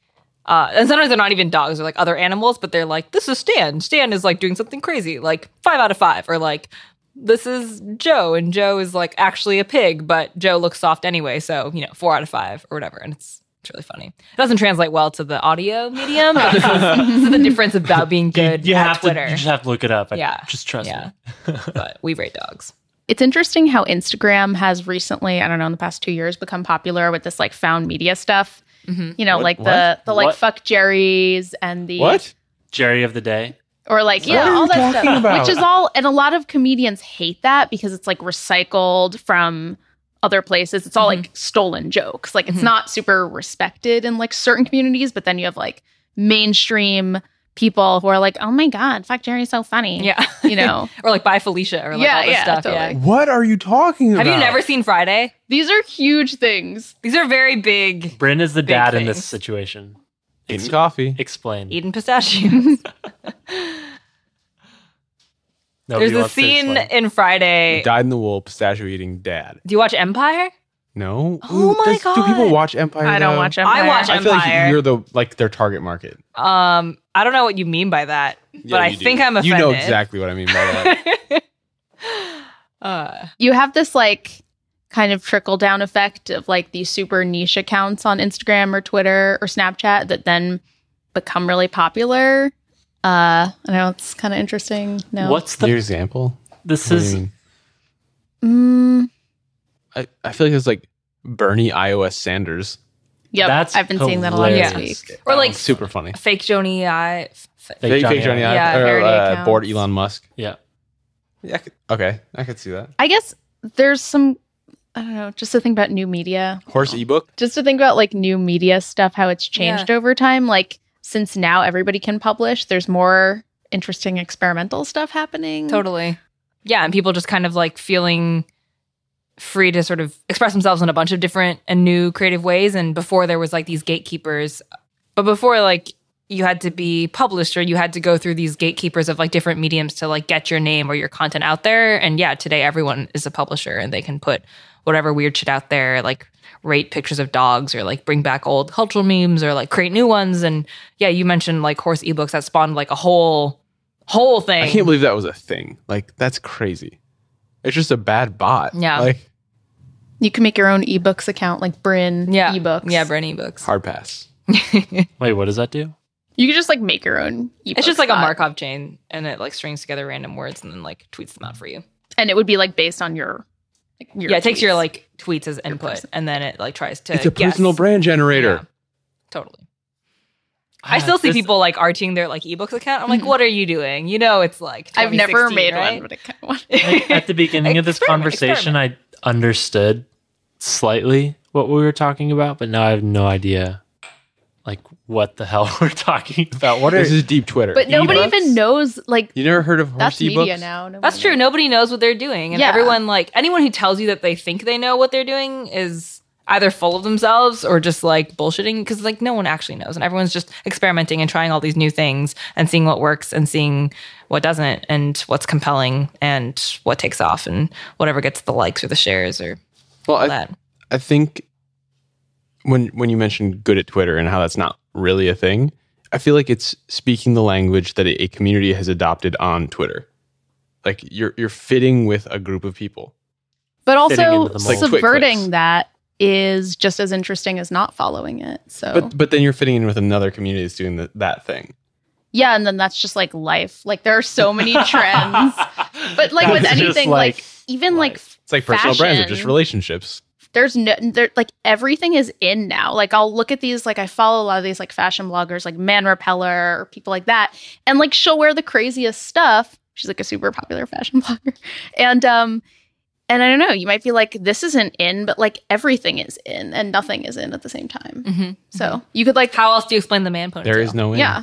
Speaker 3: uh, and sometimes they're not even dogs, they're like other animals, but they're like, this is Stan. Stan is like doing something crazy, like five out of five, or like this is Joe, and Joe is like actually a pig, but Joe looks soft anyway, so you know, four out of five or whatever. And it's it's really funny. It doesn't translate well to the audio medium, but this is, this is the difference about being good
Speaker 2: you, you
Speaker 3: at
Speaker 2: have
Speaker 3: Twitter.
Speaker 2: to. You *laughs* just have to look it up. I-
Speaker 3: Yeah.
Speaker 2: just trust
Speaker 3: Yeah.
Speaker 2: me.
Speaker 3: but we rate dogs.
Speaker 4: It's interesting how Instagram has recently, I don't know, in the past two years become popular with this like found media stuff. You know,
Speaker 1: What-
Speaker 4: like the
Speaker 1: what?
Speaker 4: the like
Speaker 2: What?
Speaker 4: fuck Jerry's and the
Speaker 1: what?
Speaker 2: Jerry of the day.
Speaker 4: or like
Speaker 1: What
Speaker 4: yeah,
Speaker 1: are
Speaker 4: all
Speaker 1: you
Speaker 4: that
Speaker 1: talking
Speaker 4: stuff,
Speaker 1: about?
Speaker 4: which is all, and a lot of comedians hate that because it's like recycled from other places. It's all
Speaker 1: Mm-hmm.
Speaker 4: like stolen jokes. Like it's
Speaker 3: Mhm.
Speaker 4: not super respected in like certain communities, but then you have like mainstream people who are like, oh my god, fuck Jerry's so funny.
Speaker 3: Yeah.
Speaker 1: *laughs*
Speaker 4: you know,
Speaker 3: *laughs* or like by Felicia or like
Speaker 4: Yeah,
Speaker 3: all this
Speaker 4: yeah,
Speaker 3: stuff.
Speaker 4: totally.
Speaker 3: Yeah.
Speaker 1: What are you talking
Speaker 3: Have you never seen Friday?
Speaker 4: these are huge things.
Speaker 3: These are very big.
Speaker 2: Bryn is the
Speaker 3: Big
Speaker 2: dad in this
Speaker 3: things.
Speaker 2: situation.
Speaker 1: eating coffee?
Speaker 2: Explain.
Speaker 1: *laughs*
Speaker 3: Eden pistachios.
Speaker 2: Nobody
Speaker 3: There's a
Speaker 2: wants to
Speaker 3: scene
Speaker 2: explain.
Speaker 3: in Friday.
Speaker 1: Dyed in the wool pistachio eating dad.
Speaker 3: Do you watch Empire?
Speaker 1: No.
Speaker 3: Oh my
Speaker 1: does- Do people
Speaker 3: God.
Speaker 1: watch Empire?
Speaker 4: I don't
Speaker 1: though?
Speaker 4: watch Empire.
Speaker 3: I watch
Speaker 1: I feel like
Speaker 3: Empire.
Speaker 1: you're the like their target market.
Speaker 3: Um, I don't know what you mean by that, but I think I'm offended.
Speaker 1: You know exactly what I mean by
Speaker 3: *laughs*
Speaker 1: that.
Speaker 3: uh,
Speaker 4: you have this like kind of trickle down effect of like these super niche accounts on Instagram or Twitter or Snapchat that then become really popular. Uh, I know it's kind of interesting. No,
Speaker 2: What's the?
Speaker 1: Your example?
Speaker 2: This
Speaker 1: What do you
Speaker 2: is
Speaker 1: mean?
Speaker 4: Mm,
Speaker 1: I, I feel like it's like Bernie iOS Sanders.
Speaker 4: yep,
Speaker 2: That's
Speaker 4: I've been seeing that a lot this
Speaker 2: hilarious.
Speaker 4: week.
Speaker 3: Or,
Speaker 1: That
Speaker 3: like-
Speaker 1: one's Oh, super funny.
Speaker 3: fake Joni. I f-
Speaker 1: Fake, fake Johnny Ive
Speaker 3: Yeah,
Speaker 1: or
Speaker 4: parody
Speaker 1: uh,
Speaker 4: accounts.
Speaker 1: bored Elon Musk.
Speaker 2: Yeah.
Speaker 1: Yeah, I could, okay, I could see that.
Speaker 4: I guess there's some. I don't know. Just to think about new media.
Speaker 1: Horse ebook.
Speaker 4: Just to think about like new media stuff, how it's changed over time. Like since now everybody can publish, there's more interesting experimental stuff
Speaker 1: Mm.
Speaker 4: happening.
Speaker 3: Totally. Yeah, and people just kind of like feeling free to sort of express themselves in a bunch of different and new creative ways. And before there was like these gatekeepers, but before like you had to be published or you had to go through these gatekeepers of like different mediums to like get your name or your content out there. And yeah, today everyone is a publisher and they can put whatever weird shit out there, like rate pictures of dogs or like bring back old cultural memes or like create new ones. And yeah, you mentioned like horse ebooks that spawned like a whole whole thing.
Speaker 1: I can't believe that was a thing. Like that's crazy. It's just a bad bot.
Speaker 3: Yeah.
Speaker 1: Like
Speaker 4: You can make your own ebooks account, like Bryn
Speaker 3: yeah.
Speaker 4: ebooks.
Speaker 3: Yeah, Bryn ebooks.
Speaker 1: hard pass.
Speaker 2: Wait, what does that do?
Speaker 4: You could just like make your own ebooks.
Speaker 3: It's just like a
Speaker 4: spot,
Speaker 3: Markov chain and it like strings together random words and then like tweets them out for you.
Speaker 4: And it would be like based on your, like, your
Speaker 3: yeah, it takes your
Speaker 4: tweets.
Speaker 3: like tweets as input
Speaker 4: person-
Speaker 3: and then it like tries to
Speaker 1: It's a
Speaker 3: guess.
Speaker 1: personal brand generator.
Speaker 3: Totally. I still see
Speaker 2: Ah, This-
Speaker 3: people like arting their like ebooks account. I'm like, what are you doing? You know, it's like
Speaker 4: Mm-hmm. I've never made one,
Speaker 3: right?
Speaker 4: but I kind of want.
Speaker 2: *laughs* like, at the beginning of this
Speaker 3: Experiment,
Speaker 2: conversation, I understood slightly what we were talking about, but now I have no idea, like what the hell *laughs* we're talking about. What are
Speaker 1: This is deep Twitter.
Speaker 4: *laughs* But nobody
Speaker 1: Ebooks?
Speaker 4: even knows. Like
Speaker 1: You never heard of horse
Speaker 4: that's
Speaker 1: ebooks?
Speaker 4: media now. Nobody
Speaker 3: That's true.
Speaker 4: knows.
Speaker 3: Nobody knows what they're doing. And
Speaker 4: Yeah.
Speaker 3: everyone like anyone who tells you that they think they know what they're doing is either full of themselves or just like bullshitting because like no one actually knows and everyone's just experimenting and trying all these new things and seeing what works and seeing what doesn't and what's compelling and what takes off and whatever gets the likes or the shares or
Speaker 1: Well,
Speaker 3: all
Speaker 1: I,
Speaker 3: that.
Speaker 1: I think when when you mentioned good at Twitter and how that's not really a thing, I feel like it's speaking the language that a, a community has adopted on Twitter. Like you're you're fitting with a group of people.
Speaker 4: But
Speaker 2: Fitting into the
Speaker 4: also
Speaker 1: mold. Quick clicks.
Speaker 4: subverting that is just as interesting as not following it. So
Speaker 1: But but then you're fitting in with another community that's doing the, that thing.
Speaker 4: yeah, and then that's just like life. Like there are so many trends. *laughs* But like with
Speaker 2: That's just
Speaker 4: anything, like, even like
Speaker 2: life.
Speaker 1: It's like personal brands or just
Speaker 4: Fashion.
Speaker 1: relationships.
Speaker 4: there's no there like everything is in now. Like I'll look at these like I follow a lot of these like fashion bloggers like Man Repeller or people like that, and like she'll wear the craziest stuff. She's like a super popular fashion *laughs* blogger, and um, and I don't know. You might be like, this isn't in, but like everything is in, and nothing is in at the same time.
Speaker 3: Mm-hmm.
Speaker 4: So you could like,
Speaker 3: How else do you explain the man ponytail?
Speaker 1: There is no in.
Speaker 4: yeah,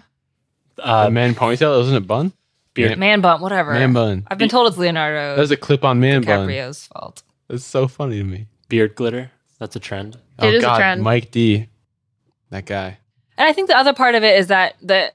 Speaker 1: A
Speaker 2: uh,
Speaker 1: man ponytail, isn't it bun?
Speaker 2: beard.
Speaker 3: man bun, whatever.
Speaker 1: Man bun.
Speaker 3: I've been told it's Leonardo
Speaker 1: That was a clip on man bun.
Speaker 3: DiCaprio's fault.
Speaker 1: That's so funny to me.
Speaker 2: beard glitter. That's a trend.
Speaker 1: Oh
Speaker 4: is a
Speaker 1: God,
Speaker 4: trend.
Speaker 1: Mike D. That guy.
Speaker 3: And I think the other part of it is that the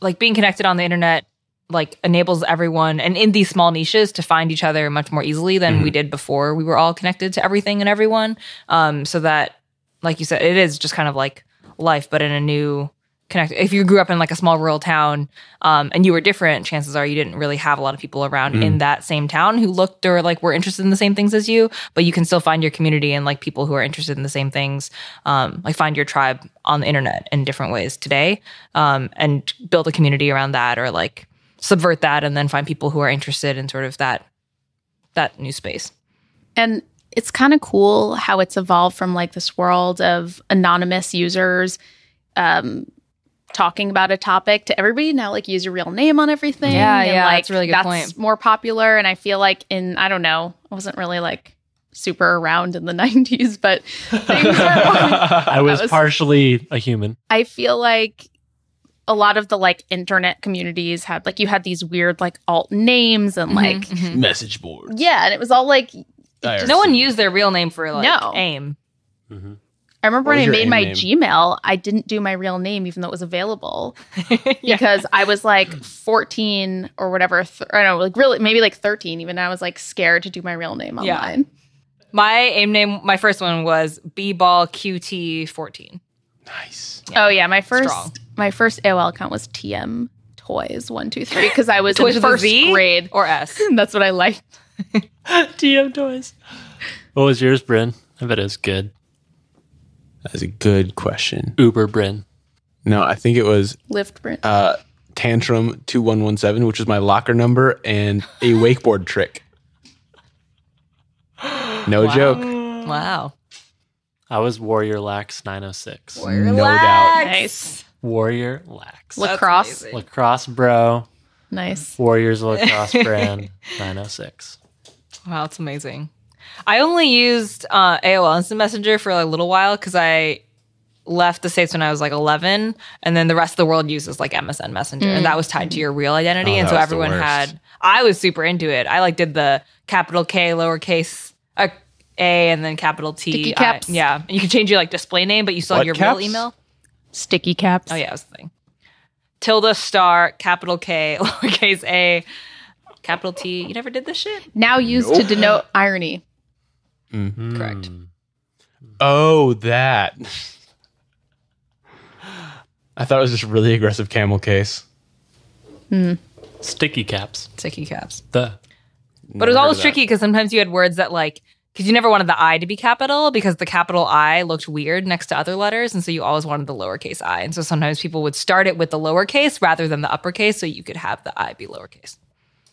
Speaker 3: like being connected on the internet like enables everyone and in these small niches to find each other much more easily than we did before we were all connected to everything and everyone. Um, so that like you said, it is just kind of like life, but in a new connect if you grew up in like a small rural town um, and you were different chances are you didn't really have a lot of people around in that same town who looked or like were interested in the same things as you but you can still find your community and like people who are interested in the same things um, like find your tribe on the internet in different ways today um, and build a community around that or like subvert that and then find people who are interested in sort of that that new space
Speaker 4: And it's kind of cool how it's evolved from like this world of anonymous users um, talking about a topic to everybody now like use your real name on everything.
Speaker 3: Yeah,
Speaker 4: and,
Speaker 3: yeah,
Speaker 4: like,
Speaker 3: that's a really good
Speaker 4: that's
Speaker 3: point.
Speaker 4: more popular. And I feel like in I don't know, I wasn't really like super around in the *laughs* '90s, but things are.
Speaker 2: *laughs*
Speaker 4: *laughs*
Speaker 2: I was,
Speaker 4: was-
Speaker 2: partially a human.
Speaker 4: I feel like a lot of the like internet communities had like you had these weird like alt names and like
Speaker 3: Mhm,
Speaker 1: Message board.
Speaker 4: Mm-hmm. yeah, and it was all like
Speaker 3: mhm. no one used their real name for like
Speaker 4: No.
Speaker 3: aim
Speaker 1: Mm-hmm.
Speaker 2: Mhm.
Speaker 4: I remember
Speaker 1: What
Speaker 4: when I
Speaker 1: was your
Speaker 4: made my
Speaker 1: AIM
Speaker 4: Gmail, I didn't do my real name even though it
Speaker 3: *laughs*
Speaker 4: was available *laughs* because I was like 14 or whatever. Th- I don't know, like really, maybe like 13 even. I was like scared to do my real name
Speaker 3: Yeah.
Speaker 4: online.
Speaker 3: my aim name my first one was b-ball qt14
Speaker 1: Nice.
Speaker 4: Oh yeah, my first
Speaker 3: Strong.
Speaker 4: my first AOL account was TM Toys one two three because I was
Speaker 3: *laughs* Toys
Speaker 4: in
Speaker 3: with a
Speaker 4: first
Speaker 3: Z?
Speaker 4: grade. *laughs*
Speaker 3: or s
Speaker 4: And that's what I liked.
Speaker 2: DM toys. What was yours, Bryn? I bet it was good.
Speaker 1: That's a good question.
Speaker 2: Uber Bryn.
Speaker 1: No, I think it was
Speaker 4: Lift print.
Speaker 1: uh, Tantrum two one one seven, which was my locker number, and
Speaker 3: *laughs*
Speaker 1: a wakeboard trick. No joke.
Speaker 3: wow
Speaker 2: I was Warrior Lax 906.
Speaker 1: No doubt.
Speaker 4: nice
Speaker 2: Warrior Lax.
Speaker 4: Lax.
Speaker 3: That's
Speaker 4: Lacrosse.
Speaker 3: amazing.
Speaker 2: Lacrosse bro.
Speaker 4: nice.
Speaker 2: Warriors
Speaker 3: *laughs*
Speaker 2: Lacrosse brand 906.
Speaker 3: Wow, it's amazing. I only used uh, AOL Instant Messenger for a little while because I left the states when I was like 11, and then the rest of the world uses like MSN Messenger, and that was tied to your real identity,
Speaker 1: Oh,
Speaker 3: and
Speaker 1: that
Speaker 3: so
Speaker 1: was the
Speaker 3: everyone
Speaker 1: worst.
Speaker 3: had. I was super into it. I like did the capital K, lowercase uh, a, and then capital T.
Speaker 4: Sticky
Speaker 3: I-
Speaker 4: caps.
Speaker 3: yeah, and you could change your like display name, but you still
Speaker 1: What
Speaker 3: had your
Speaker 1: caps?
Speaker 3: real email.
Speaker 4: Sticky caps.
Speaker 3: Oh yeah, that was the thing. Tilde star capital K *laughs* lowercase a capital T. You never did this shit.
Speaker 4: Now used to denote irony.
Speaker 1: Hmm.
Speaker 3: Correct.
Speaker 1: Oh, that. I thought it was just really aggressive camel case.
Speaker 2: Sticky caps.
Speaker 3: Sticky caps.
Speaker 2: The
Speaker 3: But it was
Speaker 1: Never heard
Speaker 3: always
Speaker 1: of that.
Speaker 3: tricky because sometimes you had words that like because you never wanted the I to be capital because the capital I looked weird next to other letters, and so you always wanted the lowercase I. And so sometimes people would start it with the lowercase rather than the uppercase, so you could have the I be lowercase.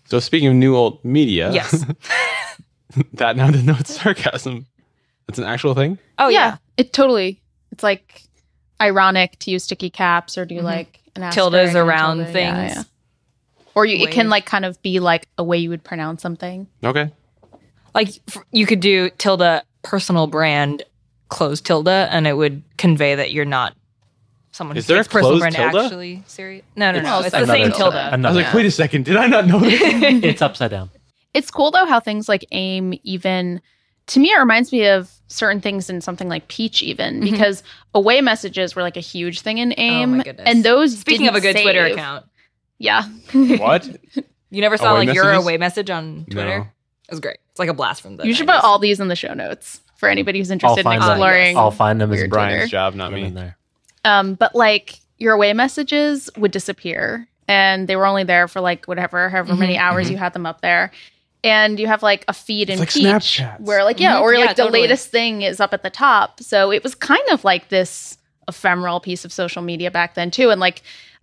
Speaker 1: So speaking of new old media,
Speaker 3: Yes.
Speaker 1: *laughs* that now denotes sarcasm. That's an actual thing.
Speaker 3: Oh
Speaker 4: yeah,
Speaker 3: yeah.
Speaker 4: it totally. It's like ironic to use sticky caps or do like an
Speaker 3: Tildes
Speaker 4: asterisk and
Speaker 3: Mm-hmm. around
Speaker 4: tilde.
Speaker 3: things.
Speaker 4: Yeah, yeah. Or you, it can
Speaker 3: Wave.
Speaker 4: like kind of be like a way you would pronounce something.
Speaker 1: Okay.
Speaker 3: Like f- you could do tilde personal brand close tilde, and it would convey that you're not someone. who
Speaker 1: Is there a
Speaker 3: takes personal
Speaker 1: closed
Speaker 3: brand
Speaker 1: tilde?
Speaker 3: actually serious? No, no,
Speaker 4: It's
Speaker 3: no. It's, the
Speaker 4: another
Speaker 3: same
Speaker 4: tilde.
Speaker 3: tilde.
Speaker 1: I was
Speaker 2: another.
Speaker 1: like, wait a second, did I not know
Speaker 3: *laughs*
Speaker 1: this?
Speaker 2: *laughs* it's upside down.
Speaker 4: It's cool though how things like aim even to me it reminds me of certain things in something like peach even
Speaker 3: Mm-hmm.
Speaker 4: because away messages were like a huge thing in aim
Speaker 3: Oh goodness.
Speaker 4: and those
Speaker 3: Speaking of
Speaker 4: didn't
Speaker 3: a good Twitter
Speaker 4: save.
Speaker 3: account,
Speaker 4: yeah
Speaker 1: what?
Speaker 3: you never saw
Speaker 1: Away
Speaker 3: like your
Speaker 1: messages?
Speaker 3: away message on Twitter.
Speaker 1: No.
Speaker 3: It was great. It's like a blast from the.
Speaker 4: *laughs* you should
Speaker 3: 90s.
Speaker 4: put all these in the show notes for anybody who's interested in
Speaker 2: find them.
Speaker 4: exploring
Speaker 2: I'll find them as
Speaker 4: Weird.
Speaker 2: Brian.
Speaker 1: Brian's job, not
Speaker 2: Put them in
Speaker 1: me.
Speaker 2: there.
Speaker 4: um but like your away messages would disappear and they were only there for like whatever, however many
Speaker 1: Mm-hmm,
Speaker 4: hours you had them up there. And you have like a feed in
Speaker 1: like
Speaker 4: Peach
Speaker 1: Snapchats.
Speaker 4: where like yeah,
Speaker 3: Mhm.
Speaker 4: or
Speaker 3: Yeah,
Speaker 4: like the
Speaker 3: totally.
Speaker 4: latest thing is up at the top. So it was kind of like this ephemeral piece of social media back then too. And like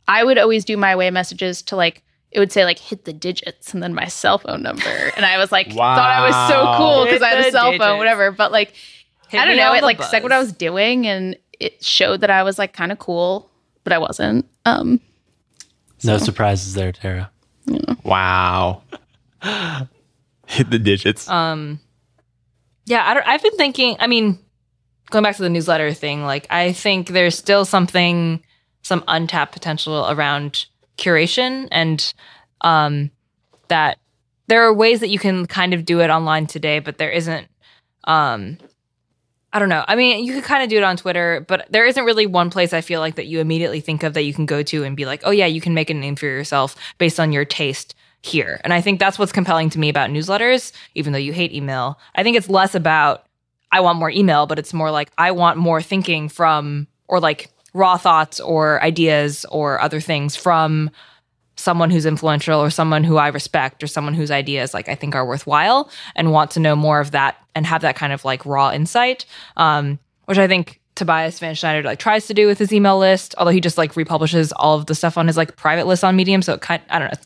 Speaker 4: I would always do my way messages to like it would say like hit the digits and then my cell phone number. And I was like thought I was so
Speaker 1: Wow.
Speaker 4: cool because
Speaker 3: Hit
Speaker 4: I had
Speaker 3: the
Speaker 4: a cell
Speaker 3: digits.
Speaker 4: phone, whatever. But like
Speaker 3: Hit
Speaker 4: I don't
Speaker 3: me
Speaker 4: know.
Speaker 3: on
Speaker 4: It
Speaker 3: the
Speaker 4: like said what I
Speaker 3: buzz.
Speaker 4: was doing, and it showed that I was like kind of cool, but I wasn't. Um,
Speaker 2: No surprises there, Tara.
Speaker 1: Wow. Hit the digits.
Speaker 3: Um, yeah, I don't, I've been thinking. I mean, going back to the newsletter thing, like I think there's still something, some untapped potential around curation, and um, that there are ways that you can kind of do it online today, but there isn't. Um, I don't know. I mean, you could kind of do it on Twitter, but there isn't really one place I feel like that you immediately think of that you can go to and be like, oh, yeah, you can make a name for yourself based on your taste here. And I think that's what's compelling to me about newsletters, even though you hate email. I think it's less about, I want more email, but it's more like, I want more thinking from, or like raw thoughts or ideas or other things from someone who's influential or someone who I respect or someone whose ideas like I think are worthwhile and want to know more of that and have that kind of like raw insight. Um, which I think Tobias Van Schneider like tries to do with his email list, although he just like republishes all of the stuff on his like private list on Medium. So it kind I don't know,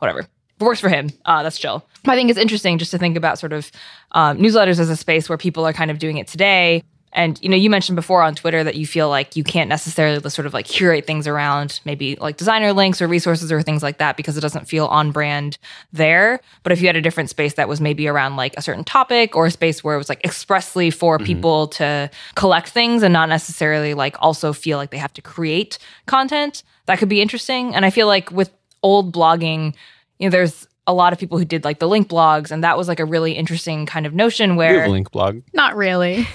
Speaker 3: whatever. If it works for him. Uh, that's chill. But I think it's interesting just to think about sort of um, newsletters as a space where people are kind of doing it today. And you know, you mentioned before on Twitter that you feel like you can't necessarily sort of like curate things around maybe like designer links or resources or things like that because it doesn't feel on brand there. But if you had a different space that was maybe around like a certain topic or a space where it was like expressly for people to collect things and not necessarily like also feel like they have to create content, that could be interesting. And I feel like with old blogging, you know, there's a lot of people who did like the link blogs, and that was like a really interesting kind of notion
Speaker 1: We have
Speaker 3: where
Speaker 1: a link blog.
Speaker 4: not really.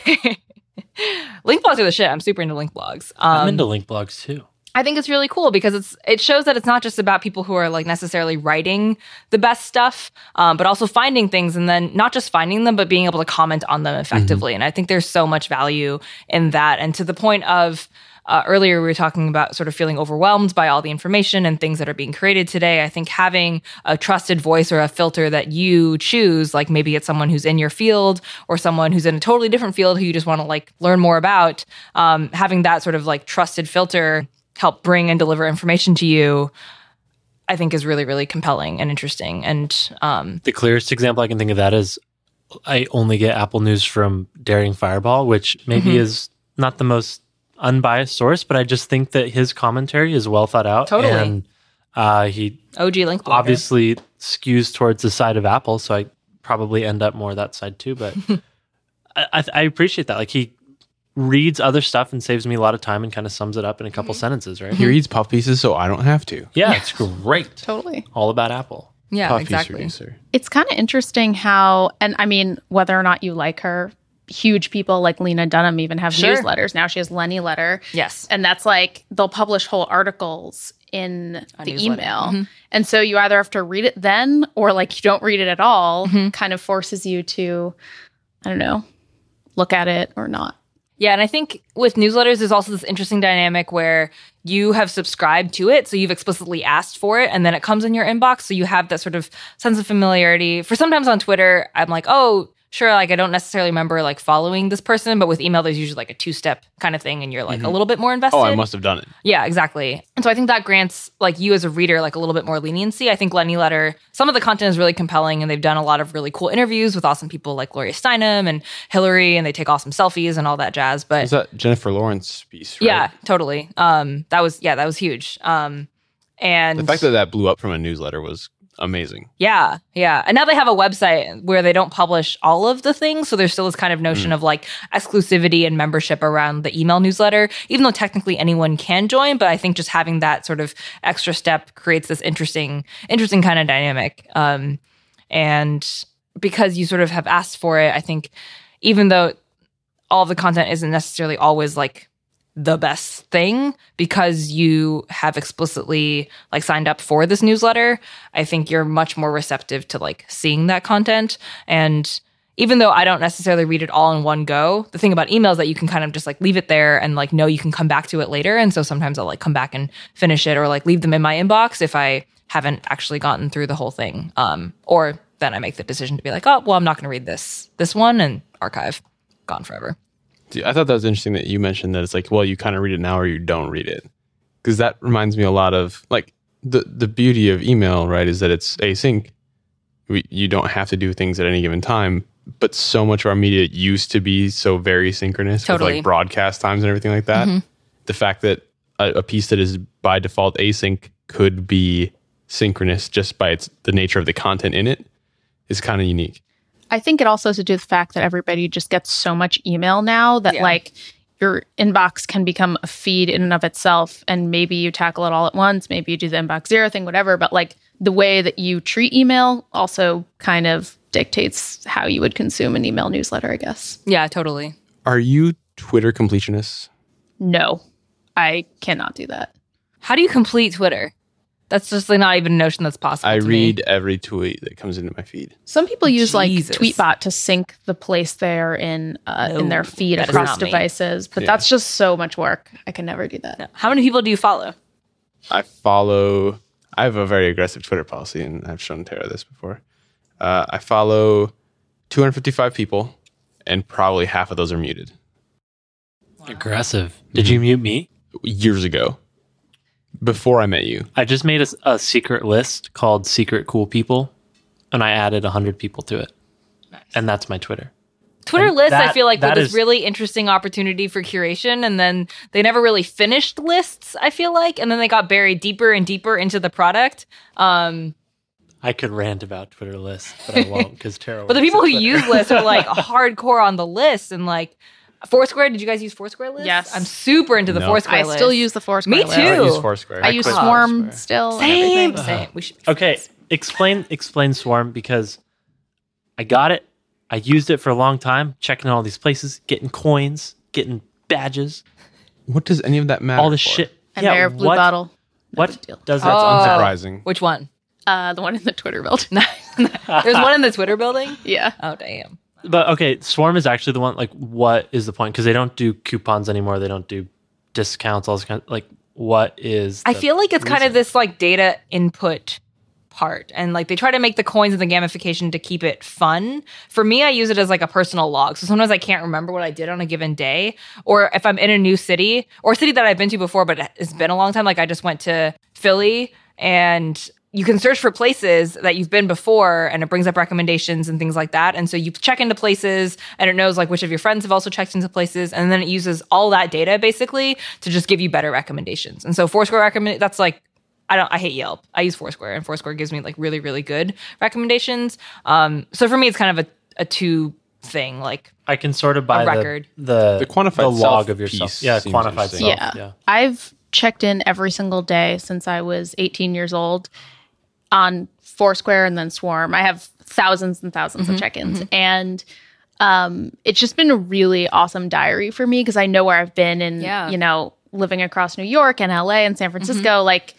Speaker 3: link blogs are the shit. I'm super into link blogs.
Speaker 2: I'm
Speaker 3: Um,
Speaker 2: into link blogs too.
Speaker 3: I think it's really cool because it's it shows that it's not just about people who are like necessarily writing the best stuff, um, but also finding things and then not just finding them, but being able to comment on them effectively. And I think there's so much value in that. And to the point of uh, earlier, we were talking about sort of feeling overwhelmed by all the information and things that are being created today. I think having a trusted voice or a filter that you choose, like maybe it's someone who's in your field or someone who's in a totally different field who you just want to like learn more about, um, having that sort of like trusted filter help bring and deliver information to you, I think is really, really compelling and interesting. And um,
Speaker 2: The clearest example I can think of that is I only get Apple news from Daring Fireball, which maybe
Speaker 3: Mhm.
Speaker 2: is not the most unbiased source, but I just think that his commentary is well thought out.
Speaker 3: Totally.
Speaker 2: And uh, he
Speaker 3: OG Link Blogger.
Speaker 2: obviously skews towards the side of Apple, so I probably end up more that side too. *laughs* But I, I, I appreciate that. Like he reads other stuff and saves me a lot of time and kind of sums it up in a couple sentences, right?
Speaker 1: He
Speaker 3: Mm-hmm.
Speaker 1: reads puff pieces so I don't have to.
Speaker 2: Mm-hmm. Yeah, it's great.
Speaker 4: Totally.
Speaker 2: All about Apple.
Speaker 3: Yeah,
Speaker 1: puff
Speaker 3: exactly.
Speaker 1: piece reducer.
Speaker 4: It's kind of interesting how, and I mean, whether or not you like her, huge people like Lena Dunham even have
Speaker 3: Sure.
Speaker 4: newsletters now. She has Lenny Letter,
Speaker 3: Yes.
Speaker 4: and that's like they'll publish whole articles in
Speaker 3: A
Speaker 4: the
Speaker 3: newsletter.
Speaker 4: email.
Speaker 3: Mhm.
Speaker 4: And so you either have to read it then or like you don't read it at all,
Speaker 3: Mhm.
Speaker 4: kind of forces you to, I don't know, look at it or not.
Speaker 3: Yeah, and I think with newsletters, there's also this interesting dynamic where you have subscribed to it, so you've explicitly asked for it, and then it comes in your inbox, so you have that sort of sense of familiarity. For sometimes on Twitter, I'm like, oh, sure, like I don't necessarily remember like following this person, but with email, there's usually like a two step kind of thing, and you're like a little bit more invested.
Speaker 1: Oh, I must have done it.
Speaker 3: Yeah, exactly. And so I think that grants like you as a reader like a little bit more leniency. I think Lenny Letter, some of the content is really compelling and they've done a lot of really cool interviews with awesome people like Gloria Steinem and Hillary and they take awesome selfies and all that jazz. But
Speaker 1: Is that Jennifer Lawrence piece? Right?
Speaker 3: yeah, totally. Um that was yeah, that was huge. Um and
Speaker 1: The fact that that blew up from a newsletter was amazing.
Speaker 3: Yeah, yeah. And now they have a website where they don't publish all of the things. So there's still this kind of notion of like exclusivity and membership around the email newsletter, even though technically anyone can join. But I think just having that sort of extra step creates this interesting, interesting kind of dynamic. Um, and because you sort of have asked for it, I think even though all of the content isn't necessarily always like the best thing because you have explicitly like signed up for this newsletter i think you're much more receptive to like seeing that content and even though I don't necessarily read it all in one go, the thing about emails that you can kind of just like leave it there and like know you can come back to it later. And so sometimes I'll like come back and finish it or like leave them in my inbox if I haven't actually gotten through the whole thing. Um, or then I make the decision to be like, oh, well, I'm not going to read this this one and archive, gone forever.
Speaker 1: Do- I thought that was interesting that you mentioned that it's like, well, you kind of read it now or you don't read it. Because that reminds me a lot of like the, the beauty of email, right? Is that it's async. We, you don't have to do things at any given time. But so much of our media used to be so very synchronous with
Speaker 3: Totally.
Speaker 1: like broadcast times and everything like that.
Speaker 3: Mhm.
Speaker 1: The fact that a, a piece that is by default async could be synchronous just by its the nature of the content in it is kind of unique.
Speaker 4: I think it also has to do with the fact that everybody just gets so much email now that
Speaker 3: Yeah.
Speaker 4: like your inbox can become a feed in and of itself and maybe you tackle it all at once, maybe you do the inbox zero thing, whatever, but like the way that you treat email also kind of dictates how you would consume an email newsletter, I guess.
Speaker 3: Yeah, totally.
Speaker 1: Are you Twitter completionists?
Speaker 4: No. I cannot do that.
Speaker 3: How do you complete Twitter? That's just like not even a notion that's possible.
Speaker 1: I
Speaker 3: to me.
Speaker 1: read every tweet that comes into my feed.
Speaker 4: Some people
Speaker 3: Jesus.
Speaker 4: use like Tweetbot to sync the place they're in uh, in
Speaker 3: No,
Speaker 4: their feed
Speaker 3: that is
Speaker 4: across
Speaker 3: not me.
Speaker 4: devices, but
Speaker 1: Yeah.
Speaker 4: that's just so much work. I can never do that.
Speaker 3: How many people do you follow?
Speaker 1: I follow. I have a very aggressive Twitter policy, and I've shown Tara this before. Uh, I follow 255 people, and probably half of those are muted
Speaker 2: Aggressive. Did you mute me?
Speaker 1: years ago, before I met you.
Speaker 2: I just made a, s- a secret list called Secret Cool People, and I added 100 people to it. And that's my Twitter.
Speaker 3: Twitter lists, I
Speaker 2: that-
Speaker 3: feel like, were
Speaker 2: that
Speaker 3: this
Speaker 2: is-
Speaker 3: really interesting opportunity for curation, and then they never really finished lists. I feel like, and then they got buried deeper and deeper into the product. Um,
Speaker 2: I could rant about Twitter lists, but I *laughs* won't because Tara.
Speaker 3: but the people who use lists are like hardcore on the list, and like Foursquare. Did you guys use Foursquare lists?
Speaker 4: Yes.
Speaker 3: I'm super into the
Speaker 1: No.
Speaker 3: Foursquare.
Speaker 4: I
Speaker 3: list.
Speaker 4: still use the Foursquare.
Speaker 3: Me
Speaker 4: list.
Speaker 3: too.
Speaker 1: I don't use
Speaker 3: Ew.
Speaker 1: Foursquare.
Speaker 4: I use
Speaker 1: quit
Speaker 4: Swarm
Speaker 1: Foursquare.
Speaker 4: still. and
Speaker 3: same,
Speaker 4: everything.
Speaker 3: same. We should. Be
Speaker 2: Okay, explain explain Swarm because I got it. I used it for a long time, checking all these places, getting coins, getting badges,
Speaker 1: What does any of that matter?
Speaker 2: all this
Speaker 1: for?
Speaker 2: shit.
Speaker 4: And yeah, Mayor of Blue
Speaker 2: what,
Speaker 4: Bottle.
Speaker 2: What
Speaker 4: big deal.
Speaker 2: does
Speaker 1: That's
Speaker 2: that?
Speaker 1: unsurprising.
Speaker 3: Which one? *laughs*
Speaker 4: Uh, the one in the Twitter *laughs* build.
Speaker 3: There's one in the Twitter building.
Speaker 4: yeah.
Speaker 3: Oh damn.
Speaker 2: But okay, Swarm is actually the one. Like, what is the point? Because they don't do coupons anymore. They don't do discounts. All this kind of like, what is?
Speaker 3: I
Speaker 2: the-
Speaker 3: feel like it's kind of this like data input part and like they try to make the coins and the gamification to keep it fun. For me, I use it as like a personal log. So sometimes I can't remember what I did on a given day or if I'm in a new city or a city that I've been to before but it's been a long time like I just went to Philly and you can search for places that you've been before and it brings up recommendations and things like that. And so you check into places and it knows like which of your friends have also checked into places. And then it uses all that data basically to just give you better recommendations. And so Foursquare recommend that's like, I don't, I hate Yelp. I use Foursquare and Foursquare gives me like really, really good recommendations. Um, so for me, it's kind of a, a two thing. Like,
Speaker 2: I can sort of buy
Speaker 3: a
Speaker 2: the
Speaker 3: record.
Speaker 2: the
Speaker 1: The quantified
Speaker 2: the log
Speaker 1: self
Speaker 2: of yourself.
Speaker 1: piece
Speaker 2: Yeah,
Speaker 1: seems
Speaker 2: quantified
Speaker 1: interesting.
Speaker 2: self.
Speaker 4: Yeah. I've checked in every single day since I was 18 years old on Foursquare and then Swarm. I have thousands and 1000s of check ins. And um, it's just been a really awesome diary for me because I know where I've been and,
Speaker 3: Yeah.
Speaker 4: you know, living across New York and LA and San Francisco. Like,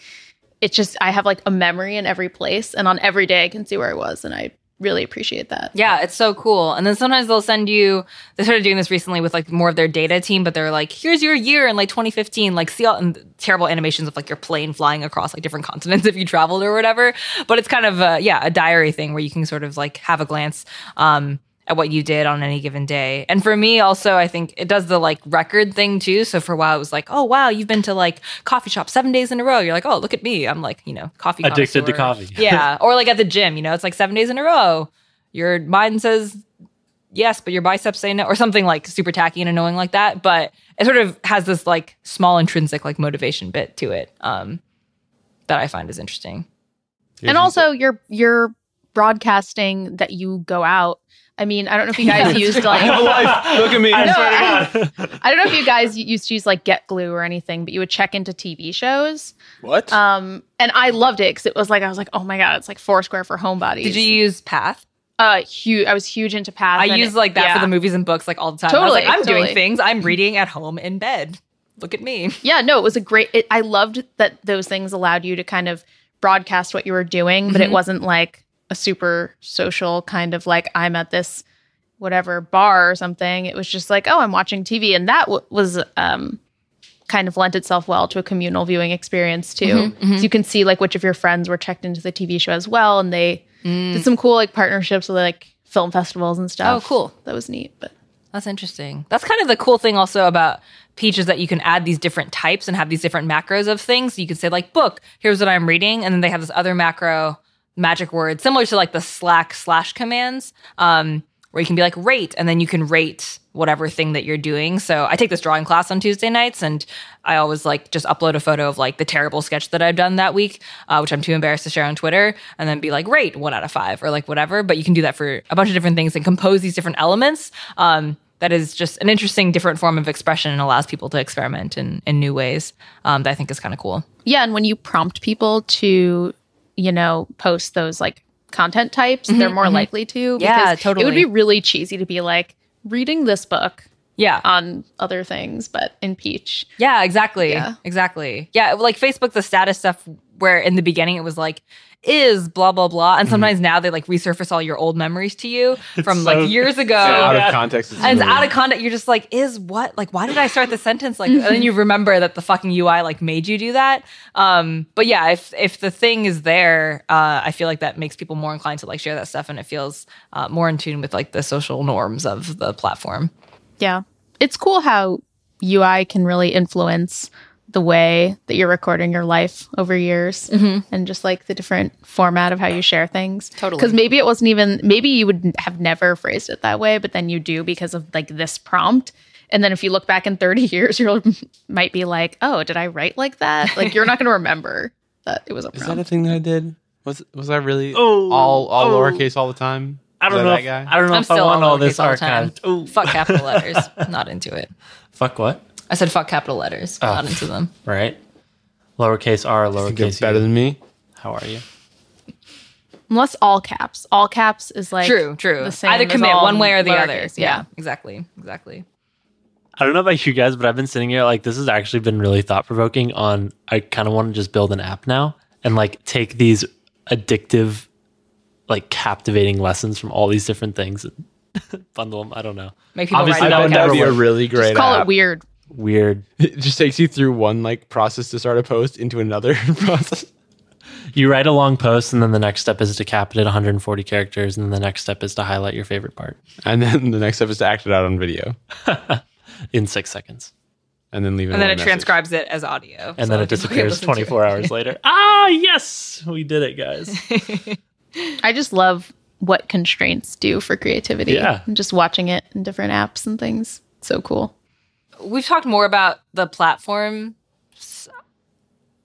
Speaker 4: it's just, I have like a memory in every place. And on every day, I can see where I was. And I really appreciate that.
Speaker 3: Yeah, it's so cool. And then sometimes they'll send you. They started doing this recently with like more of their data team, but they're like, "Here's your year in like 2015." Like, see all and terrible animations of like your plane flying across like different *laughs* continents if you traveled or whatever. But it's kind of a, yeah a diary thing where you can sort of like have a glance um, at what you did on any given day. And for me, also, I think it does the like record thing too. So for a while, it was like, "Oh wow, you've been to like coffee shop seven days in a row." You're like, "Oh, look at me, I'm like you know coffee
Speaker 2: Addicted to
Speaker 3: connoisseur."
Speaker 2: coffee. *laughs*
Speaker 3: yeah, or like at the gym, you know, it's like seven days in a row. Your mind says yes, but your biceps say no, or something like super tacky and annoying like that. But it sort of has this like small intrinsic like motivation bit to it um, that I find is interesting.
Speaker 1: Yeah, it's
Speaker 4: and also you're you're broadcasting that you go out i mean i don't know if you guys
Speaker 3: *laughs*
Speaker 4: used
Speaker 1: I
Speaker 4: like *laughs*
Speaker 1: have a *laughs* life. Look at me.
Speaker 4: No,
Speaker 2: swear to
Speaker 4: I,
Speaker 2: God.
Speaker 4: I don't know if you guys used to use like get glue or anything but you would check into tv shows
Speaker 1: What?
Speaker 4: um and i loved it because it was like i was like oh my god it's like foursquare for homebodies
Speaker 3: Did you use Path?
Speaker 4: uh huge i was huge into path
Speaker 3: I
Speaker 4: and
Speaker 3: use
Speaker 4: it-
Speaker 3: like that for
Speaker 4: yeah.
Speaker 3: the movies and books like all the time. I was
Speaker 4: Totally,
Speaker 3: like, I'm doing
Speaker 4: totally.
Speaker 3: things. I'm reading at home in bed. Look at me.
Speaker 4: yeah no it was a great it, i loved that those things allowed you to kind of broadcast
Speaker 3: Mm-hmm.
Speaker 4: what you were doing but it wasn't like a super social kind of like i'm at this whatever bar or something, it was just like, oh, I'm watching TV, and that w- was um, kind of lent itself well to a communal viewing experience too.
Speaker 3: Mm-hmm,
Speaker 4: So you can see like which of your friends were checked into the TV show as well, and they did some cool like partnerships with like film festivals and stuff.
Speaker 3: Mm. Oh, cool.
Speaker 4: That was neat, but.
Speaker 3: That's interesting. That's kind of the cool thing also about Peach is that you can add these different types and have these different macros of things. You could say like book, here's what I'm reading, and then they have this other macro magic word similar to like the Slack slash commands, um, where you can be like rate, and then you can rate whatever thing that you're doing. So I take this drawing class on Tuesday nights, and I always like just upload a photo of like the terrible sketch that I've done that week, uh, which I'm too embarrassed to share on Twitter, and then be like rate one out of five or like whatever. But you can do that for a bunch of different things and compose these different elements. Um, that is just an interesting different form of expression and allows people to experiment in, in new ways um, that i think is kind of cool
Speaker 4: Yeah, and when you prompt people to, you know, post those like content types, they're more likely to.
Speaker 3: Mm-hmm, Yeah,
Speaker 4: It
Speaker 3: totally.
Speaker 4: would be really cheesy to be like reading this book
Speaker 3: yeah
Speaker 4: on other things, but in Peach.
Speaker 3: Yeah, exactly.
Speaker 4: Yeah.
Speaker 3: Exactly. Yeah, like Facebook, the status stuff, where in the beginning it was like, is blah, blah, blah.
Speaker 2: Mhm.
Speaker 3: And sometimes now they like resurface all your old memories
Speaker 2: *laughs*
Speaker 3: to you from
Speaker 2: so- *laughs*
Speaker 3: like years ago.
Speaker 2: so
Speaker 1: out of
Speaker 2: yeah.
Speaker 1: context. it's
Speaker 3: and it's
Speaker 1: really-
Speaker 3: out of context. You're just like, is what? Like, why did I start the sentence? Like, and then you remember that the fucking UI like made you do that. Um, but yeah, if if the thing is there, uh, I feel like that makes people more inclined to like share that stuff, and it feels uh, more in tune with like the social norms of the platform.
Speaker 4: Yeah. It's cool how UI can really influence the way that you're recording your life over years and just like the different format of how you share things.
Speaker 3: Mm-hmm. Totally.
Speaker 4: Because maybe it wasn't even, maybe you would have never phrased it that way, but then you do because of like this prompt. And then if you look back in 30 *laughs* years, you might be like, oh, did I write like that? Like you're not going to remember that it was a
Speaker 1: Is that
Speaker 4: prompt.
Speaker 1: a thing that I did? Was was I really
Speaker 2: Oh,
Speaker 1: all all
Speaker 2: oh.
Speaker 1: lowercase all the time?
Speaker 2: I don't
Speaker 1: Is
Speaker 2: know.
Speaker 1: that
Speaker 2: If,
Speaker 1: that guy?
Speaker 2: I don't know
Speaker 3: I'm
Speaker 2: if I
Speaker 3: still
Speaker 2: want
Speaker 3: all
Speaker 2: all this
Speaker 3: lowercase all the time.
Speaker 2: archived. Ooh.
Speaker 3: Fuck capital letters.
Speaker 2: *laughs*
Speaker 3: Not into it.
Speaker 2: Fuck what?
Speaker 3: I said fuck capital letters.
Speaker 2: Oh.
Speaker 3: Not into them.
Speaker 2: Right. Lowercase r,
Speaker 1: Think it's
Speaker 2: lowercase
Speaker 1: better
Speaker 2: u.
Speaker 1: than me.
Speaker 2: How are you?
Speaker 4: Unless all caps. All caps is like
Speaker 3: true, true.
Speaker 4: the same
Speaker 3: Either
Speaker 4: as
Speaker 3: commit
Speaker 4: all
Speaker 3: one way or the other.
Speaker 4: lowercase,
Speaker 3: Yeah.
Speaker 4: yeah.
Speaker 3: exactly, exactly.
Speaker 2: I don't know about you guys, but I've been sitting here like this has actually been really thought provoking. On I kind of want to just build an app now and like take these addictive, like captivating lessons from all these different things and *laughs* bundle them. I don't know.
Speaker 3: Make people
Speaker 2: Obviously,
Speaker 3: write
Speaker 2: that
Speaker 3: down
Speaker 2: would
Speaker 1: I bet that'd
Speaker 2: never
Speaker 1: be a
Speaker 2: work.
Speaker 1: really great
Speaker 4: Just call
Speaker 1: app.
Speaker 4: it weird.
Speaker 2: Weird.
Speaker 1: *laughs* It just takes you through one like process to start a post into another *laughs* process.
Speaker 2: You write a long post, and then the next step is to cap it at 140 characters, and then the next step is to highlight your favorite part
Speaker 1: And then the next step is to act it out on video
Speaker 2: in six seconds,
Speaker 1: and then leave it
Speaker 3: and then
Speaker 1: a
Speaker 3: it
Speaker 1: message.
Speaker 3: transcribes it as audio,
Speaker 2: and
Speaker 3: so
Speaker 2: then it
Speaker 3: people can
Speaker 2: disappears
Speaker 3: listen to it.
Speaker 2: 24
Speaker 3: *laughs*
Speaker 2: hours later. Ah, yes, we did it, guys.
Speaker 4: I just love what constraints do for creativity.
Speaker 2: Yeah.
Speaker 4: And just watching it in different apps and things. So cool.
Speaker 3: We've talked more about the platform, s-